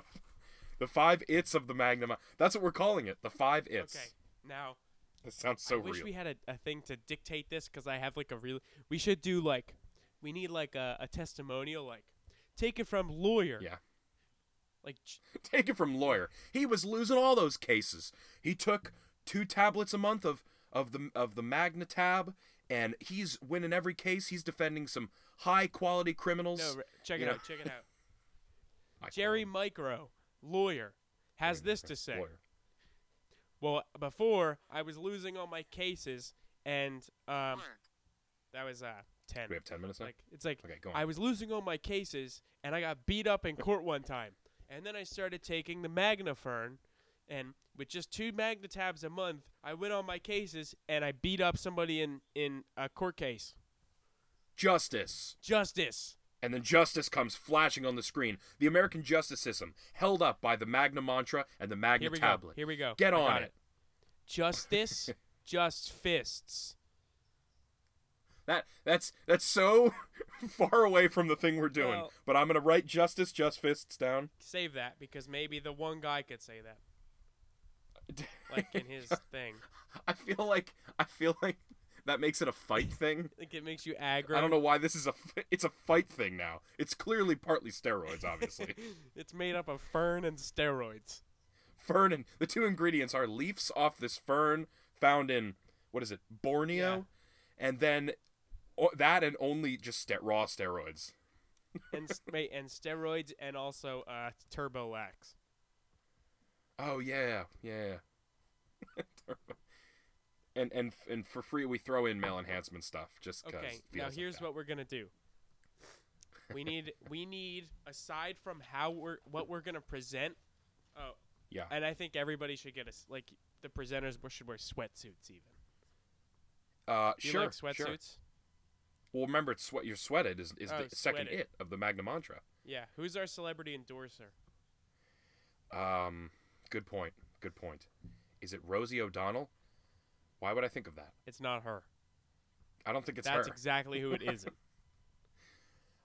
Speaker 1: the five its of the Magnum. That's what we're calling it. The five its.
Speaker 2: Okay. Now
Speaker 1: That sounds so
Speaker 2: I wish
Speaker 1: real.
Speaker 2: we had a, a thing to dictate this because I have like a real. We should do like, we need like a, a testimonial like, take it from lawyer.
Speaker 1: Yeah.
Speaker 2: Like j-
Speaker 1: Take it from lawyer. He was losing all those cases. He took two tablets a month of of the of the Magna tab, and he's winning every case. He's defending some high quality criminals.
Speaker 2: no, re- check it
Speaker 1: you know.
Speaker 2: out. Check it out.
Speaker 1: I call
Speaker 2: Jerry
Speaker 1: him
Speaker 2: Micro, lawyer, has
Speaker 1: Jerry
Speaker 2: this to
Speaker 1: Micro,
Speaker 2: say.
Speaker 1: lawyer.
Speaker 2: Well, before I was losing all my cases, and um,
Speaker 3: work,
Speaker 2: that was uh ten.
Speaker 1: We have ten minutes now.
Speaker 2: Like it's like
Speaker 1: Okay, go on.
Speaker 2: I was losing all my cases, and I got beat up in court one time, and then I started taking the Magnafern, and with just two Magna tabs a month, I went on my cases and I beat up somebody in in a court case.
Speaker 1: Justice.
Speaker 2: Justice.
Speaker 1: And then justice comes flashing on the screen. The American justice system, held up by the Magna Mantra and the Magna
Speaker 2: Here we go.
Speaker 1: tablet.
Speaker 2: Here we go.
Speaker 1: Get
Speaker 2: I
Speaker 1: on
Speaker 2: got
Speaker 1: it.
Speaker 2: Justice, just fists.
Speaker 1: That that's that's so far away from the thing we're doing.
Speaker 2: Well-
Speaker 1: but I'm gonna write justice just fists down.
Speaker 2: Save that because maybe the one guy could say that, like in his thing.
Speaker 1: I feel like I feel like that makes it a fight thing.
Speaker 2: Like it makes you aggro.
Speaker 1: I don't know why this is a f- it's a fight thing now. It's clearly partly steroids, obviously.
Speaker 2: it's made up of fern and steroids.
Speaker 1: fern and the two ingredients are leaves off this fern found in what is it Borneo, and then o- that and only just st- raw steroids.
Speaker 2: and s- wait, and steroids and also uh, turbo lax.
Speaker 1: Oh yeah, yeah. and and and for free we throw in male enhancement stuff just because.
Speaker 2: Okay, now here's what we're gonna do. We need we need aside from how we're what we're gonna present. Oh
Speaker 1: Yeah.
Speaker 2: and I think everybody should get us like the presenters w- should wear sweatsuits even.
Speaker 1: what. Uh,
Speaker 2: Do you
Speaker 1: sure.
Speaker 2: like
Speaker 1: sure.
Speaker 2: sweatsuits?
Speaker 1: Well, remember it's sweat. You're sweated is is
Speaker 2: Oh,
Speaker 1: the second
Speaker 2: sweated.
Speaker 1: it of the Magna Mantra.
Speaker 2: Yeah. Who's our celebrity endorser?
Speaker 1: Um, good point. Good point. Is it Rosie O'Donnell? Why would I think of that?
Speaker 2: It's not her.
Speaker 1: I don't think it's
Speaker 2: That's
Speaker 1: her.
Speaker 2: exactly who it isn't.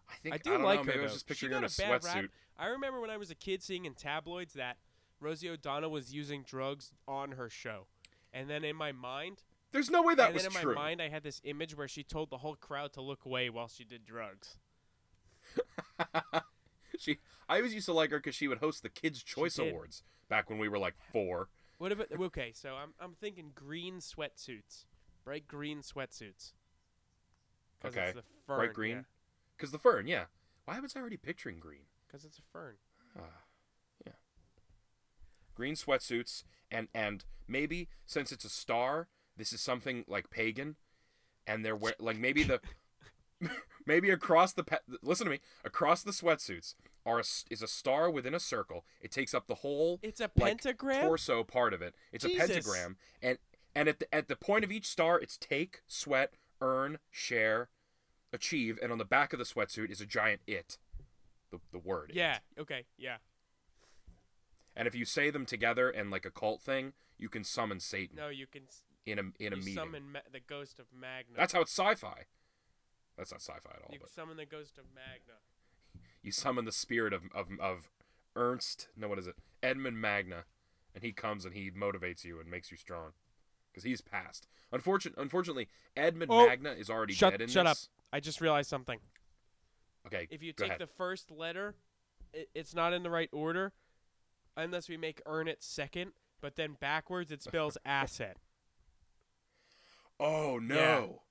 Speaker 1: I think
Speaker 2: I do
Speaker 1: don't
Speaker 2: like
Speaker 1: know,
Speaker 2: her.
Speaker 1: Maybe I was
Speaker 2: though.
Speaker 1: just
Speaker 2: She
Speaker 1: picturing her
Speaker 2: got
Speaker 1: in a,
Speaker 2: bad rap.
Speaker 1: sweatsuit.
Speaker 2: I remember when I was a kid seeing in tabloids that Rosie O'Donnell was using drugs on her show. And then in my mind,
Speaker 1: There's no way that
Speaker 2: and
Speaker 1: was
Speaker 2: then in
Speaker 1: true.
Speaker 2: my mind I had this image where she told the whole crowd to look away while she did drugs.
Speaker 1: she. I always used to like her because she would host the Kids Choice
Speaker 2: did.
Speaker 1: Awards back when we were like four.
Speaker 2: What about okay, so I'm I'm thinking green sweatsuits. Bright green sweatsuits. 'Cause
Speaker 1: Okay.
Speaker 2: It's the fern,
Speaker 1: Bright green? Because the fern, yeah. Why was I already picturing green?
Speaker 2: Because it's a fern.
Speaker 1: Ah, yeah. Green sweatsuits and and maybe since it's a star, this is something like pagan, and they're wear- like maybe the maybe across the pa- listen to me across the sweatsuits are a s is a star within a circle. It takes up the whole
Speaker 2: It's a
Speaker 1: Like,
Speaker 2: pentagram.
Speaker 1: torso part of it. It's
Speaker 2: Jesus.
Speaker 1: a pentagram, and and at the, at the point of each star, it's take, sweat, earn, share, achieve, and on the back of the sweatsuit is a giant it, the the word. it.
Speaker 2: yeah. Okay. Yeah.
Speaker 1: And if you say them together and like a cult thing, you can summon Satan
Speaker 2: No, you can s-
Speaker 1: in a in a
Speaker 2: you
Speaker 1: meeting.
Speaker 2: summon ma- the ghost of Magna.
Speaker 1: That's how it's sci-fi. That's not sci-fi at all.
Speaker 2: you
Speaker 1: but
Speaker 2: summon the ghost of Magna.
Speaker 1: you summon the spirit of of of Ernst. No, what is it? Edmund Magna, and he comes and he motivates you and makes you strong, because he's passed. Unfortunately, unfortunately, Edmund
Speaker 2: Oh,
Speaker 1: Magna is already
Speaker 2: shut-
Speaker 1: dead in
Speaker 2: shut up.
Speaker 1: this.
Speaker 2: I just realized something.
Speaker 1: Okay.
Speaker 2: If you
Speaker 1: go
Speaker 2: take
Speaker 1: ahead.
Speaker 2: the first letter, it, it's not in the right order, unless we make earn it second. But then backwards, it spells asset.
Speaker 1: oh no.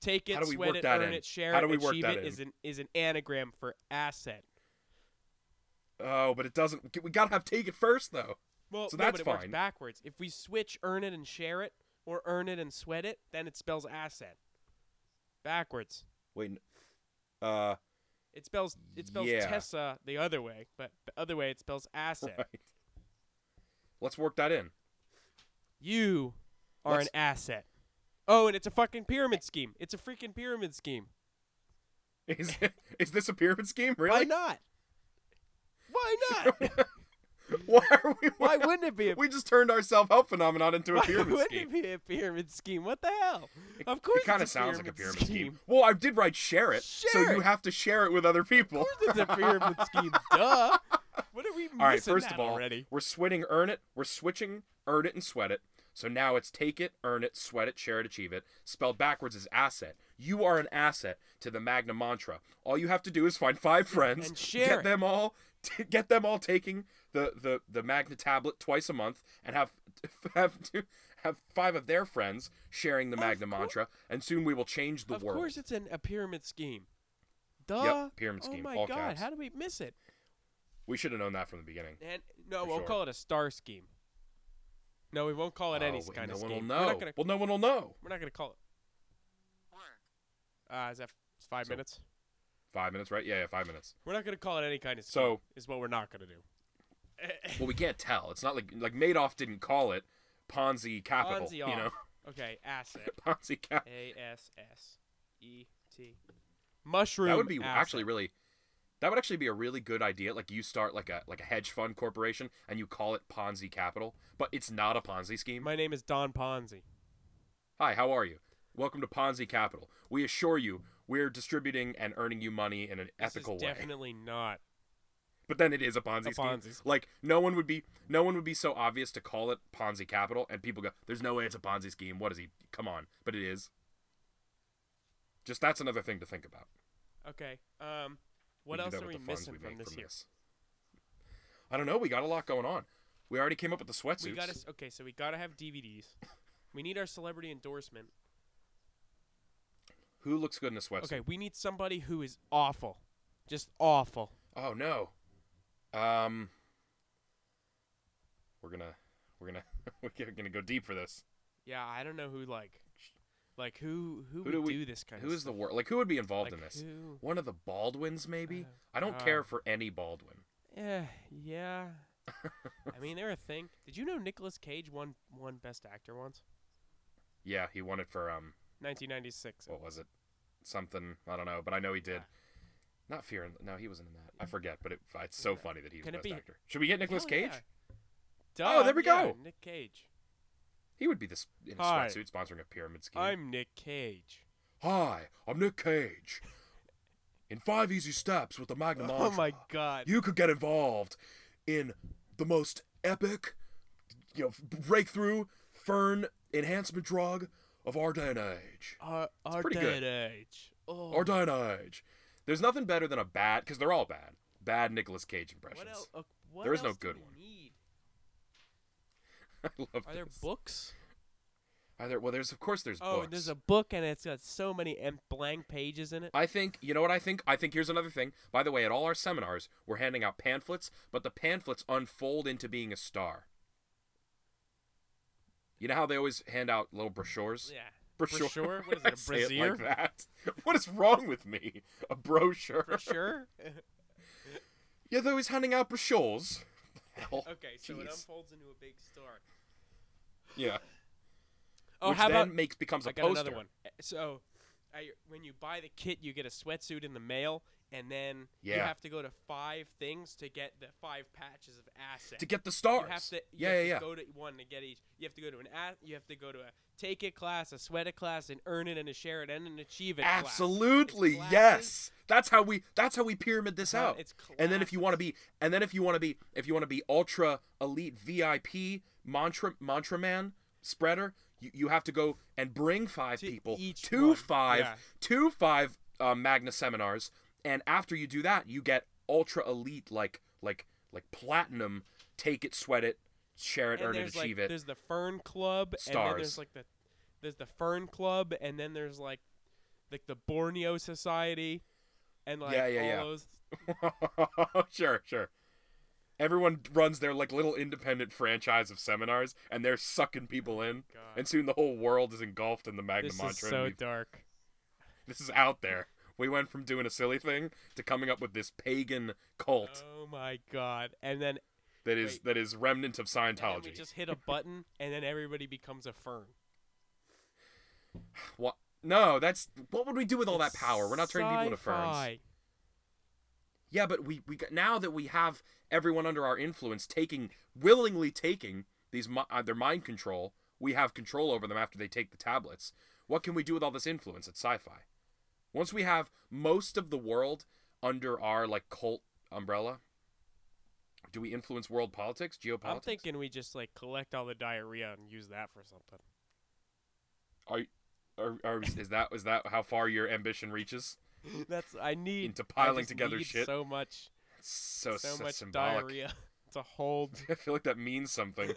Speaker 2: Take it,
Speaker 1: How do we
Speaker 2: sweat
Speaker 1: work
Speaker 2: it,
Speaker 1: that
Speaker 2: earn
Speaker 1: in?
Speaker 2: it, share
Speaker 1: How
Speaker 2: it,
Speaker 1: do we work
Speaker 2: achieve
Speaker 1: that
Speaker 2: it
Speaker 1: in?
Speaker 2: is an is an anagram for asset.
Speaker 1: Oh, but it doesn't. We gotta have take it first though.
Speaker 2: Well,
Speaker 1: So
Speaker 2: no,
Speaker 1: that's
Speaker 2: but it works
Speaker 1: fine.
Speaker 2: backwards. If we switch earn it and share it, or earn it and sweat it, then it spells asset. Backwards.
Speaker 1: Wait. n- Uh.
Speaker 2: It spells it spells
Speaker 1: Yeah.
Speaker 2: Tessa the other way, but the other way it spells asset.
Speaker 1: Right. Let's work that in.
Speaker 2: You are
Speaker 1: Let's-
Speaker 2: an asset. Oh, and it's a fucking pyramid scheme. It's a freaking pyramid scheme.
Speaker 1: Is is this a pyramid scheme? Really?
Speaker 2: Why not? Why not?
Speaker 1: Why are we?
Speaker 2: Why wouldn't it be a
Speaker 1: we just turned our self-help phenomenon into a
Speaker 2: Why
Speaker 1: pyramid
Speaker 2: wouldn't
Speaker 1: scheme?
Speaker 2: it be a pyramid scheme? What the hell? Of course,
Speaker 1: it kind of
Speaker 2: it's
Speaker 1: sounds like a pyramid scheme.
Speaker 2: scheme.
Speaker 1: Well, I did write share it, so
Speaker 2: Share
Speaker 1: you
Speaker 2: it.
Speaker 1: have to share it with other people.
Speaker 2: Of course, it's a pyramid scheme. Duh. What are we missing
Speaker 1: all right, first
Speaker 2: that
Speaker 1: of all,
Speaker 2: already?
Speaker 1: we're switting earn it. We're switching earn it and sweat it. So now it's take it, earn it, sweat it, share it, achieve it. Spelled backwards is asset. You are an asset to the Magna Mantra. All you have to do is find five friends,
Speaker 2: And share
Speaker 1: get
Speaker 2: it.
Speaker 1: them all, t- get them all taking the, the the Magna tablet twice a month, and have have to have five of their friends sharing the Magna
Speaker 2: cour-
Speaker 1: Mantra, and soon we will change the
Speaker 2: of
Speaker 1: world.
Speaker 2: course, it's an, a pyramid scheme. Duh.
Speaker 1: pyramid
Speaker 2: oh
Speaker 1: scheme,
Speaker 2: my
Speaker 1: all
Speaker 2: god,
Speaker 1: caps.
Speaker 2: how do we miss it?
Speaker 1: we should have known that from the beginning.
Speaker 2: And no,
Speaker 1: For
Speaker 2: we'll
Speaker 1: sure.
Speaker 2: call it a star scheme. No, we won't call it any
Speaker 1: Oh, wait,
Speaker 2: kind
Speaker 1: no
Speaker 2: of
Speaker 1: one
Speaker 2: scheme.
Speaker 1: will
Speaker 2: We're
Speaker 1: know.
Speaker 2: not gonna.
Speaker 1: Well, no one will know.
Speaker 2: We're not gonna call it.
Speaker 3: work,
Speaker 2: Uh, is that f- five
Speaker 1: So-
Speaker 2: minutes?
Speaker 1: Five minutes, right? Yeah, yeah, five minutes.
Speaker 2: We're not gonna call it any kind of scheme.
Speaker 1: So-
Speaker 2: is what we're not gonna do.
Speaker 1: Well, we can't tell. It's not like like Madoff didn't call it Ponzi capital.
Speaker 2: Ponzi
Speaker 1: you
Speaker 2: off.
Speaker 1: know,
Speaker 2: Okay, asset.
Speaker 1: Ponzi capital.
Speaker 2: A S S E T. Mushroom.
Speaker 1: That would be
Speaker 2: asset.
Speaker 1: actually really. That would actually be a really good idea. Like you start like a like a hedge fund corporation and you call it Ponzi Capital, but it's not a Ponzi scheme.
Speaker 2: My name is Don Ponzi.
Speaker 1: Hi, how are you? Welcome to Ponzi Capital. We assure you, we're distributing and earning you money in an
Speaker 2: This
Speaker 1: ethical
Speaker 2: is
Speaker 1: way.
Speaker 2: definitely not.
Speaker 1: But then it is a Ponzi
Speaker 2: A
Speaker 1: scheme.
Speaker 2: Ponzi scheme.
Speaker 1: Like no one would be no one would be so obvious to call it Ponzi Capital, and people go, "There's no way it's a Ponzi scheme. What is he? Come on!" But it is. Just that's another thing to think about.
Speaker 2: Okay. Um, what
Speaker 1: can
Speaker 2: else
Speaker 1: do that
Speaker 2: are
Speaker 1: with
Speaker 2: we
Speaker 1: the funds
Speaker 2: missing
Speaker 1: we
Speaker 2: from
Speaker 1: make
Speaker 2: this year?
Speaker 1: I don't know. We got a lot going on. We already came up with the sweatsuits.
Speaker 2: We gotta. s- Okay, so we gotta have DVDs. We need our celebrity endorsement.
Speaker 1: Who looks good in a sweatsuit?
Speaker 2: Okay, we need somebody who is awful, just awful.
Speaker 1: Oh no. Um. We're gonna we're gonna we're gonna go deep for this.
Speaker 2: Yeah, I don't know who like, like who who,
Speaker 1: Who do
Speaker 2: would
Speaker 1: we-
Speaker 2: do this kind
Speaker 1: Who
Speaker 2: of
Speaker 1: is the wor Like who would be involved in this?
Speaker 2: Who?
Speaker 1: One of the Baldwins, maybe.
Speaker 2: Uh,
Speaker 1: I don't
Speaker 2: uh.
Speaker 1: care for any Baldwin.
Speaker 2: Yeah, Eh, yeah. I mean, they're a thing. Did you know Nicolas Cage won won Best Actor once?
Speaker 1: Yeah, he won it for um,
Speaker 2: 1996.
Speaker 1: what was it? Something I don't know, but I know he did. Not Fear and No, he wasn't in that. I forget, but it, it's so
Speaker 2: that?
Speaker 1: funny that he was
Speaker 2: Mm. Can it
Speaker 1: Best
Speaker 2: be-
Speaker 1: Actor. Should we get Nicolas
Speaker 2: Hell
Speaker 1: Cage?
Speaker 2: yeah.
Speaker 1: Oh, there
Speaker 2: Duh,
Speaker 1: we
Speaker 2: yeah,
Speaker 1: go.
Speaker 2: Nick Cage.
Speaker 1: He would be this in a
Speaker 2: Hi.
Speaker 1: sweatsuit sponsoring a pyramid scheme.
Speaker 2: I'm Nick Cage.
Speaker 1: Hi, I'm Nick Cage. In five easy steps with the Magna
Speaker 2: Oh
Speaker 1: Mantra,
Speaker 2: my God.
Speaker 1: you could get involved in the most epic, you know, breakthrough fern enhancement drug of our day and age.
Speaker 2: our our
Speaker 1: pretty
Speaker 2: day
Speaker 1: good.
Speaker 2: and age. Uh, Oh.
Speaker 1: Or Dine Age. There's nothing better than a bad, because they're all bad. Bad Nicolas Cage impressions.
Speaker 2: What el- uh, what
Speaker 1: There is no
Speaker 2: else do
Speaker 1: good
Speaker 2: we
Speaker 1: one.
Speaker 2: Need?
Speaker 1: I love
Speaker 2: Are there
Speaker 1: this.
Speaker 2: books?
Speaker 1: Are there- well, there's of course there's
Speaker 2: oh,
Speaker 1: books.
Speaker 2: and there's a book and it's got so many em- blank pages in it.
Speaker 1: I think you know what I think. I think here's another thing. By the way, at all our seminars, we're handing out pamphlets, but the pamphlets unfold into being a star. You know how they always hand out little brochures.
Speaker 2: yeah.
Speaker 1: Brochure.
Speaker 2: Brochure? What is
Speaker 1: When
Speaker 2: it, a
Speaker 1: I say it like
Speaker 2: brassiere?
Speaker 1: that. What is wrong with me? A brochure.
Speaker 2: For sure.
Speaker 1: Yeah, they're always handing out brochures. Hell,
Speaker 2: okay, so it
Speaker 1: jeez.
Speaker 2: unfolds into a big star.
Speaker 1: yeah.
Speaker 2: Oh,
Speaker 1: Which
Speaker 2: how
Speaker 1: then
Speaker 2: about
Speaker 1: makes becomes a
Speaker 2: I got
Speaker 1: poster.
Speaker 2: another one. Uh, So, I, when you buy the kit, you get a sweatsuit in the mail, and then you
Speaker 1: Yeah.
Speaker 2: have to go to five things to get the five patches of asset.
Speaker 1: to get the stars.
Speaker 2: you have to, you
Speaker 1: yeah,
Speaker 2: have
Speaker 1: yeah, yeah.
Speaker 2: to Go to one to get each. You have to go to an a, you have to go to a take it class, a sweat it class, and earn it and a share it and an achieve it. class. It's
Speaker 1: Absolutely,
Speaker 2: classes.
Speaker 1: yes. That's how we. That's how we pyramid this
Speaker 2: Huh,
Speaker 1: out.
Speaker 2: it's
Speaker 1: and then if you
Speaker 2: classes.
Speaker 1: want to be, and then if you want to be, if you want to be ultra elite VIP mantra mantra man spreader, you, you have to go and bring five
Speaker 2: To
Speaker 1: people
Speaker 2: each
Speaker 1: to
Speaker 2: one,
Speaker 1: five
Speaker 2: yeah.
Speaker 1: to five uh, Magna seminars, and after you do that, you get ultra elite like like like platinum. Take it, sweat it, share it,
Speaker 2: And
Speaker 1: earn it,
Speaker 2: there's like,
Speaker 1: achieve it.
Speaker 2: There's the Fern Club, and then
Speaker 1: Stars.
Speaker 2: there's like the there's the Fern Club, and then there's like like the Borneo Society, and like
Speaker 1: Yeah, yeah,
Speaker 2: all
Speaker 1: yeah.
Speaker 2: those.
Speaker 1: sure, sure. Everyone runs their like little independent franchise of seminars, and they're sucking people in,
Speaker 2: God.
Speaker 1: and soon the whole world is engulfed in the Magna
Speaker 2: this is
Speaker 1: Mantra. and
Speaker 2: so
Speaker 1: we've-
Speaker 2: dark.
Speaker 1: this is out there. We went from doing a silly thing to coming up with this pagan cult
Speaker 2: Oh my god! And then,
Speaker 1: that is
Speaker 2: wait.
Speaker 1: that is remnant of
Speaker 2: and then we
Speaker 1: Scientology.
Speaker 2: just hit a button, and then everybody becomes a fern.
Speaker 1: What? No, that's what would we do with all
Speaker 2: It's
Speaker 1: that power? We're not turning people into ferns.
Speaker 2: sci-fi.
Speaker 1: Yeah, but we we got- now that we have everyone under our influence, taking willingly taking these mi- uh, their mind control, we have control over them after they take the tablets. What can we do with all this influence at sci-fi? Once we have most of the world under our like cult umbrella, do we influence world politics, geopolitics?
Speaker 2: I'm thinking we just like collect all the diarrhea and use that for something.
Speaker 1: Are, are, are is that is that how far your ambition reaches?
Speaker 2: That's I need
Speaker 1: Into
Speaker 2: I
Speaker 1: piling
Speaker 2: just
Speaker 1: together
Speaker 2: need
Speaker 1: shit.
Speaker 2: So much,
Speaker 1: So
Speaker 2: so
Speaker 1: so
Speaker 2: much
Speaker 1: symbolic.
Speaker 2: diarrhea to hold.
Speaker 1: I feel like that means something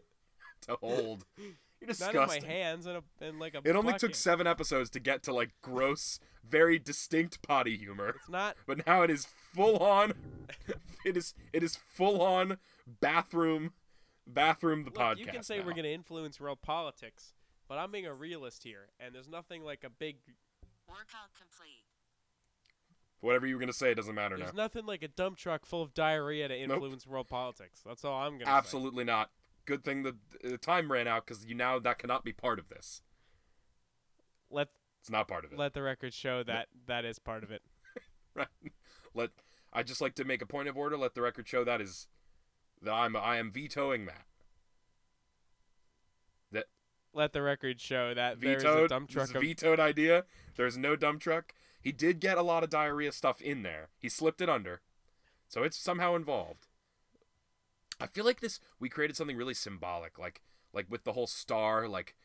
Speaker 1: to hold. You're
Speaker 2: Not
Speaker 1: disgusting.
Speaker 2: in my hands, in a in like a.
Speaker 1: It only took
Speaker 2: bucket.
Speaker 1: seven episodes to get to like gross, very distinct potty humor,
Speaker 2: It's not.
Speaker 1: but now it is full on. It is it is full on bathroom, bathroom the
Speaker 2: Look,
Speaker 1: podcast.
Speaker 2: you can say we're
Speaker 1: now.
Speaker 2: gonna influence world politics, but I'm being a realist here, and there's nothing like a big.
Speaker 3: Workout complete.
Speaker 1: whatever you were gonna say it doesn't matter now.
Speaker 2: There's nothing like a dump truck full of diarrhea to
Speaker 1: Nope.
Speaker 2: influence world politics. That's all I'm gonna. say.
Speaker 1: Absolutely not. Good thing the, the time ran out because you now that cannot be part of this.
Speaker 2: Let
Speaker 1: It's not part of it.
Speaker 2: let the record show that that is part of it.
Speaker 1: Right. Let I just like to make a point of order. Let the record show that is that I'm I am vetoing that. That
Speaker 2: let the record show that there is a
Speaker 1: vetoed.
Speaker 2: dump
Speaker 1: this is
Speaker 2: truck of
Speaker 1: vetoed idea. There's no dump truck. He did get a lot of diarrhea stuff in there. He slipped it under, so it's somehow involved. I feel like this. We created something really symbolic, like like with the whole star, like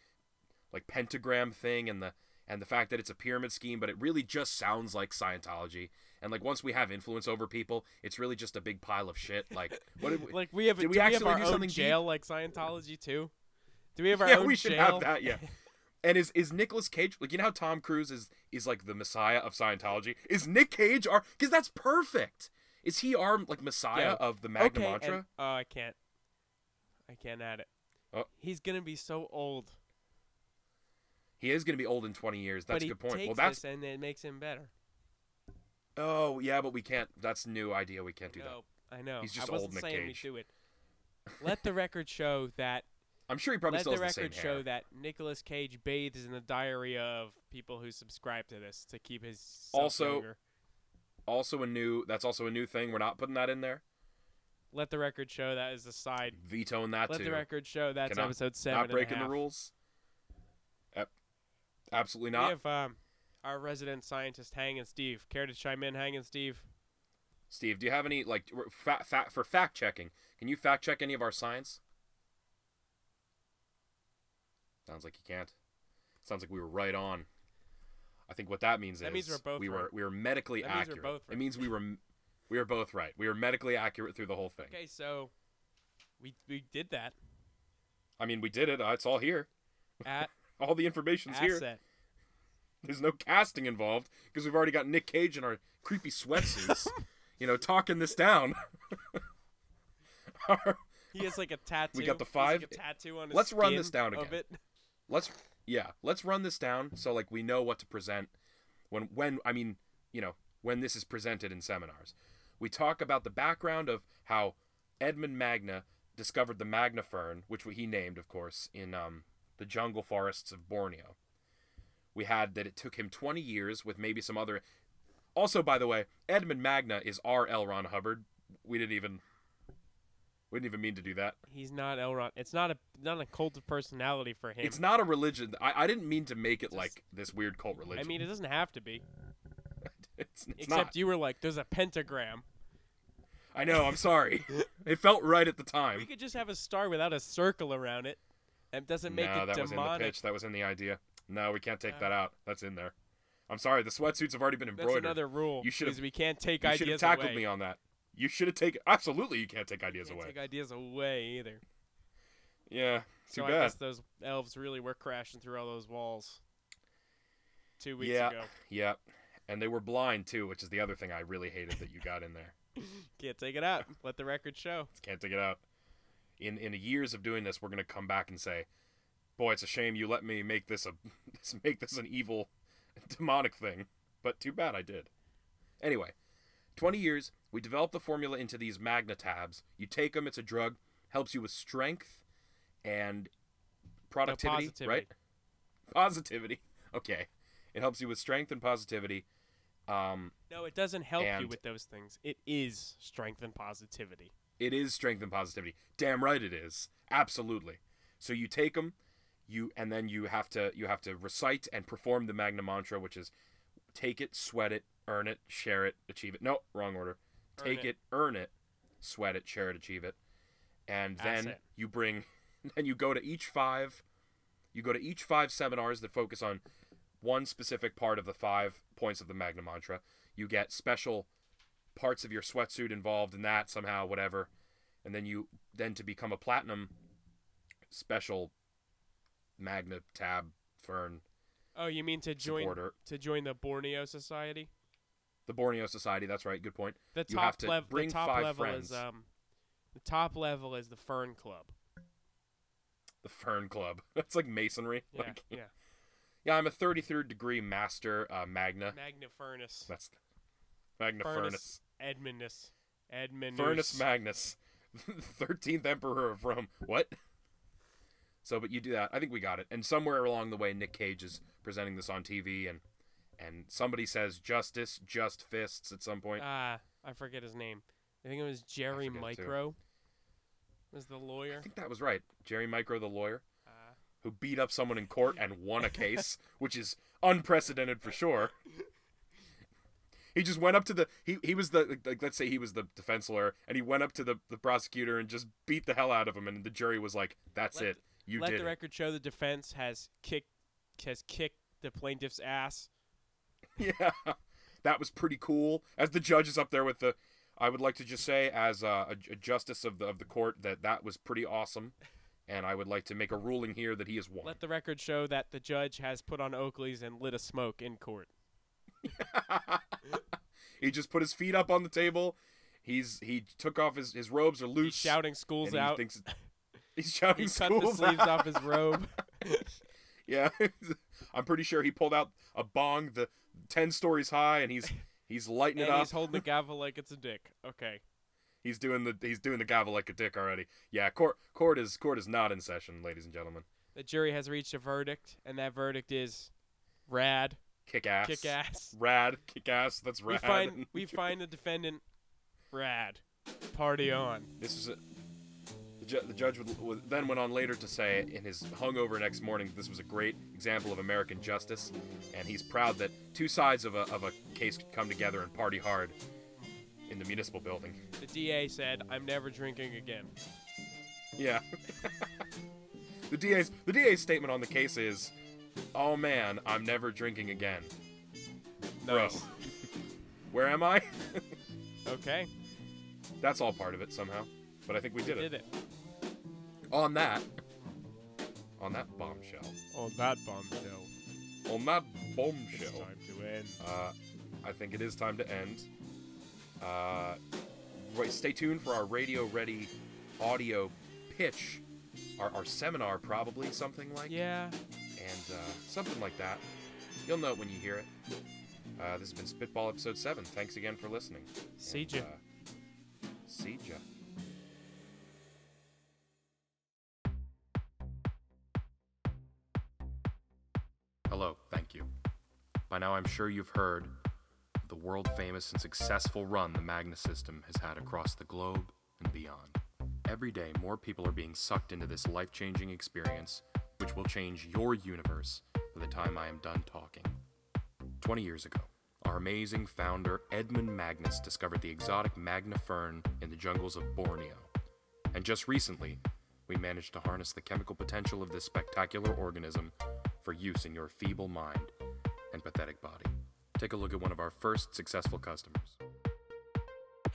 Speaker 1: like pentagram thing, and the and the fact that it's a pyramid scheme, but it really just sounds like Scientology. And like once we have influence over people, it's really just a big pile of shit. Like what? Did we,
Speaker 2: like we have
Speaker 1: Did
Speaker 2: do
Speaker 1: we
Speaker 2: we, have
Speaker 1: actually
Speaker 2: our
Speaker 1: do
Speaker 2: own
Speaker 1: something deep?
Speaker 2: jail like Scientology too? Do we have our
Speaker 1: yeah,
Speaker 2: own
Speaker 1: we should have
Speaker 2: jail?
Speaker 1: that. Yeah. And is is Nicolas Cage like you know how Tom Cruise is is like the messiah of Scientology? Is Nick Cage our because that's perfect? Is he our like messiah
Speaker 2: Yeah.
Speaker 1: of the Magna
Speaker 2: okay,
Speaker 1: Mantra?
Speaker 2: and- oh, I can't. I can't add it.
Speaker 1: Oh.
Speaker 2: He's gonna be so old.
Speaker 1: He is gonna be old in twenty years.
Speaker 2: but
Speaker 1: That's a
Speaker 2: he
Speaker 1: good point.
Speaker 2: takes
Speaker 1: Well, that's
Speaker 2: this and it makes him better.
Speaker 1: oh yeah, but we can't. That's new idea. We can't do that.
Speaker 2: no, I know.
Speaker 1: He's just
Speaker 2: I
Speaker 1: old
Speaker 2: wasn't
Speaker 1: Nick
Speaker 2: saying
Speaker 1: Cage.
Speaker 2: we do it. Let the record show that.
Speaker 1: I'm sure he probably
Speaker 2: let
Speaker 1: still
Speaker 2: the
Speaker 1: has the same
Speaker 2: record show
Speaker 1: hair.
Speaker 2: that Nicolas Cage bathes in the diarrhea of people who subscribe to this to keep his self
Speaker 1: Also-
Speaker 2: younger.
Speaker 1: Also a new. That's also a new thing. We're not putting that in there.
Speaker 2: Let the record show that is a side.
Speaker 1: Vetoing that
Speaker 2: Let
Speaker 1: too.
Speaker 2: the record show that's
Speaker 1: Cannot-
Speaker 2: episode seven.
Speaker 1: not
Speaker 2: and a
Speaker 1: breaking the
Speaker 2: half.
Speaker 1: rules. Ab- absolutely
Speaker 2: We
Speaker 1: not.
Speaker 2: have um, our resident scientist Hang and Steve. Care to chime in, Hang and Steve?
Speaker 1: Steve, do you have any like r- fa- fa- for fact checking? Can you fact check any of our science? Sounds like you can't. Sounds like we were right on. I think what that means is
Speaker 2: That means we're both
Speaker 1: we were
Speaker 2: right.
Speaker 1: we were medically
Speaker 2: That means we're
Speaker 1: accurate.
Speaker 2: both
Speaker 1: It
Speaker 2: right.
Speaker 1: means we were m- we were both right. We were medically accurate through the whole thing.
Speaker 2: Okay, so we we did that
Speaker 1: I mean, we did it. Uh, It's all here.
Speaker 2: at
Speaker 1: All the information's here.
Speaker 2: asset.
Speaker 1: There's no casting involved because we've already got Nick Cage in our creepy sweatsuits, you know, talking this down. Our-
Speaker 2: He has like a tattoo.
Speaker 1: got the
Speaker 2: He has, like,
Speaker 1: five.
Speaker 2: a tattoo on his
Speaker 1: Let's run this
Speaker 2: skin
Speaker 1: down
Speaker 2: of
Speaker 1: again.
Speaker 2: it.
Speaker 1: let's yeah let's run this down so like we know what to present when when i mean you know when this is presented in seminars we talk about the background of how edmund magna discovered the magna fern which he named of course in um, the jungle forests of borneo we had that it took him 20 years with maybe some other also by the way edmund magna is our l ron hubbard we didn't even we didn't even mean to do that
Speaker 2: He's not Elrond. It's not a not a cult of personality for him.
Speaker 1: it's not a religion i, I didn't mean to make it
Speaker 2: Just-
Speaker 1: like this weird cult religion
Speaker 2: I mean, it doesn't have to be.
Speaker 1: It's, it's
Speaker 2: except
Speaker 1: not.
Speaker 2: you were like, "There's a pentagram."
Speaker 1: I know. I'm sorry. it felt right at the time.
Speaker 2: We could just have a star without a circle around it. It doesn't make
Speaker 1: no,
Speaker 2: it
Speaker 1: that was in the
Speaker 2: demonic.
Speaker 1: pitch. That was in the idea. No, we can't take
Speaker 2: Uh,
Speaker 1: that out. That's in there. I'm sorry. The sweatsuits have already been
Speaker 2: That's
Speaker 1: embroidered.
Speaker 2: another rule.
Speaker 1: You should've-
Speaker 2: is we can't take
Speaker 1: you should have
Speaker 2: ideas
Speaker 1: tackled
Speaker 2: away.
Speaker 1: me on that. You should have taken. Absolutely, you can't take ideas
Speaker 2: can't
Speaker 1: away.
Speaker 2: take ideas away either.
Speaker 1: yeah. Too
Speaker 2: so I
Speaker 1: bad.
Speaker 2: guess those elves really were crashing through all those walls. Two weeks
Speaker 1: Yeah.
Speaker 2: ago,
Speaker 1: Yeah. And they were blind too, which is the other thing I really hated that you got in there.
Speaker 2: can't take it out. Let the record show.
Speaker 1: Can't take it out. In in years of doing this, we're gonna come back and say, "Boy, it's a shame you let me make this a make this an evil, demonic thing." But too bad I did. Anyway, twenty years. We developed the formula into these magna tabs. You take them. It's a drug. Helps you with strength, and productivity.
Speaker 2: positivity.
Speaker 1: Right. Positivity. Okay. It helps you with strength and positivity. Um,
Speaker 2: No, it doesn't help you
Speaker 1: And-
Speaker 2: with those things. It is strength and positivity.
Speaker 1: It is strength and positivity. Damn right it is. Absolutely. So you take them, you and then you have to you have to recite and perform the Magna Mantra, which is take it, sweat it, earn it, share it, achieve it. No, wrong order.
Speaker 2: Earn
Speaker 1: Take
Speaker 2: it.
Speaker 1: it. earn it, sweat it, share it, achieve it, and
Speaker 2: That's
Speaker 1: then
Speaker 2: it.
Speaker 1: you bring. Then you go to each five. You go to each five seminars that focus on one specific part of the five points of the Magna Mantra. You get special parts of your sweatsuit involved in that somehow, whatever. And then you then to become a platinum special magna tab fern
Speaker 2: Oh, you mean to join
Speaker 1: supporter.
Speaker 2: to join the Borneo Society?
Speaker 1: The Borneo Society, that's right, good point.
Speaker 2: The
Speaker 1: You have
Speaker 2: top
Speaker 1: to
Speaker 2: level.
Speaker 1: bring
Speaker 2: The top
Speaker 1: five
Speaker 2: level
Speaker 1: friends.
Speaker 2: is um, the top level is the Fern Club.
Speaker 1: The Fern Club. That's like masonry.
Speaker 2: Yeah,
Speaker 1: Like
Speaker 2: yeah.
Speaker 1: Yeah, I'm a 33rd degree master uh, magna.
Speaker 2: Magna Furnace.
Speaker 1: That's Magna
Speaker 2: Furnace.
Speaker 1: Furnace.
Speaker 2: Edmundus. Edmundus.
Speaker 1: Furnace Magnus, 13th Emperor of Rome. What? So, but you do that. I think we got it. And somewhere along the way, Nick Cage is presenting this on TV, and and somebody says justice, just fists at some point.
Speaker 2: Ah, I forget his name. I think it was Jerry
Speaker 1: forget, too.
Speaker 2: Micro. Was the lawyer?
Speaker 1: I think that was right. Jerry Micro, the lawyer.
Speaker 2: Uh,
Speaker 1: who beat up someone in court and won a case, which is unprecedented for sure. He just went up to the he, he was the like let's say he was the defense lawyer and he went up to the, the prosecutor and just beat the hell out of him and the jury was like that's
Speaker 2: Let
Speaker 1: it you
Speaker 2: Let
Speaker 1: did
Speaker 2: the
Speaker 1: it.
Speaker 2: record show the defense has kicked has kicked the plaintiff's ass.
Speaker 1: yeah that was pretty cool as the judge is up there with the i would like to just say as uh, a, a justice of the, of the court that that was pretty awesome and i would like to make a ruling here that he has won
Speaker 2: Let the record show that the judge has put on Oakley's and lit a smoke in court.
Speaker 1: he just put his feet up on the table he's he took off his, his robes are loose
Speaker 2: He's shouting schools
Speaker 1: and he
Speaker 2: out.
Speaker 1: thinks he's shouting
Speaker 2: He cut the
Speaker 1: schools
Speaker 2: sleeves
Speaker 1: out.
Speaker 2: off his robe.
Speaker 1: yeah i'm pretty sure he pulled out a bong the 10 stories high and he's he's lighting it
Speaker 2: and
Speaker 1: up
Speaker 2: he's holding the gavel like it's a dick. Okay.
Speaker 1: He's doing the he's doing the gavel like a dick already. Yeah, court court is court is not in session, ladies and gentlemen.
Speaker 2: The jury has reached a verdict, and that verdict is rad,
Speaker 1: Kick ass.
Speaker 2: kick ass.
Speaker 1: Rad. Kick ass. That's rad.
Speaker 2: We find we find the defendant rad. Party on.
Speaker 1: this is a, the, ju- the judge would, would, then went on later to say in his hungover next morning this was a great example of American justice, and he's proud that two sides of a of a case could come together and party hard in the municipal building.
Speaker 2: The DA said, "I'm never drinking again."
Speaker 1: Yeah. the DA's the DA's statement on the case is, "Oh man, I'm never drinking again." Bro.
Speaker 2: Nice.
Speaker 1: Where am I?
Speaker 2: Okay.
Speaker 1: That's all part of it somehow. But I think we did,
Speaker 2: Did
Speaker 1: it.
Speaker 2: it.
Speaker 1: On that. On that bombshell.
Speaker 2: On that bombshell,
Speaker 1: On that
Speaker 2: it's
Speaker 1: bombshell.
Speaker 2: time to end.
Speaker 1: Uh, I think it is time to end. Uh, right, stay tuned for our radio ready audio pitch. Our, our seminar, probably something like
Speaker 2: Yeah.
Speaker 1: and uh, something like that. You'll know it when you hear it. Uh, this has been Spitball Episode 7. Thanks again for listening.
Speaker 2: See
Speaker 1: And,
Speaker 2: ya.
Speaker 1: Uh, see ya. Hello, thank you. By now, I'm sure you've heard of the world famous and successful run the Magnus system has had across the globe and beyond. Every day, more people are being sucked into this life changing experience, which will change your universe by the time I am done talking. 20 years ago, our amazing founder, Edmund Magnus, discovered the exotic magna fern in the jungles of Borneo. And just recently, we managed to harness the chemical potential of this spectacular organism for use in your feeble mind and pathetic body. Take a look at one of our first successful customers.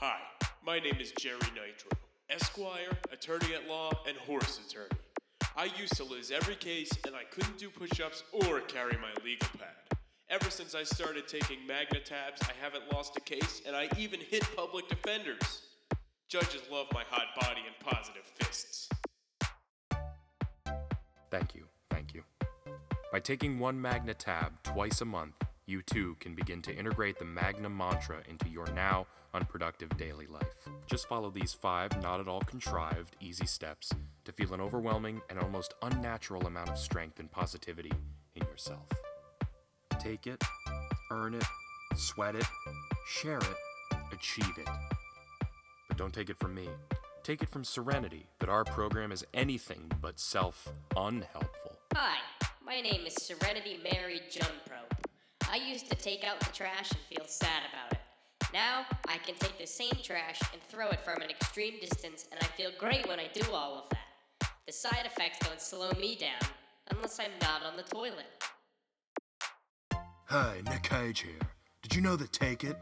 Speaker 4: Hi, my name is Jerry Nitro, Esquire, attorney at law, and horse attorney. I used to lose every case and I couldn't do push ups or carry my legal pad. Ever since I started taking Magna tabs, I haven't lost a case and I even hit public defenders. Judges love my hot body and positive fists.
Speaker 1: Thank you, thank you. By taking one Magna tab twice a month, you too can begin to integrate the Magna mantra into your now unproductive daily life. Just follow these five not at all contrived, easy steps to feel an overwhelming and almost unnatural amount of strength and positivity in yourself. Take it, earn it, sweat it, share it, achieve it. But don't take it from me. Take it from Serenity that our program is anything but self unhelpful.
Speaker 5: Hi, my name is Serenity Mary Junpro. I used to take out the trash and feel sad about it. Now, I can take the same trash and throw it from an extreme distance, and I feel great when I do all of that. The side effects don't slow me down, unless I'm not on the toilet.
Speaker 6: Hi, Nick Cage here. Did you know that take it,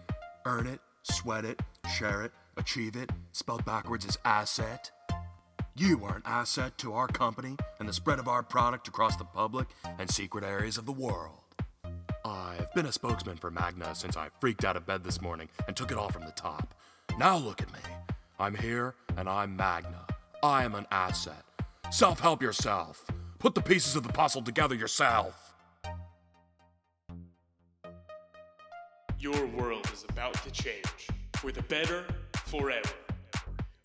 Speaker 6: earn it, sweat it, share it, achieve it, spelled backwards is asset? You are an asset to our company and the spread of our product across the public and secret areas of the world.
Speaker 1: I've been a spokesman for Magna since I freaked out of bed this morning and took it all from the top. Now look at me. I'm here and I'm Magna. I am an asset. Self help yourself. Put the pieces of the puzzle together yourself.
Speaker 4: Your world is about to change for the better forever.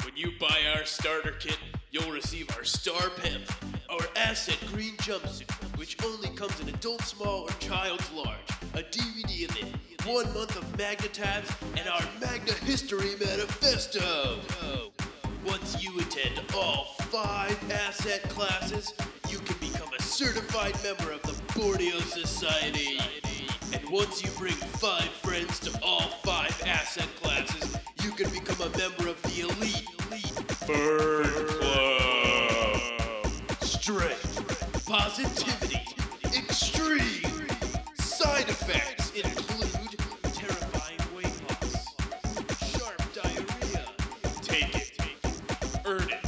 Speaker 4: When you buy our starter kit, you'll receive our Star Pimp, our Asset Green Jumpsuit, which only comes in adult small or child's large, a DVD in it, one month of Magna tabs, and our Magna History Manifesto. Once you attend all five asset classes, you can become a certified member of the Borneo Society. And once you bring five friends to all five asset classes, you can become a member of the elite. Bird Club. Strength, positivity, extreme. Side effects include terrifying weight loss, sharp diarrhea. Take it, earn it.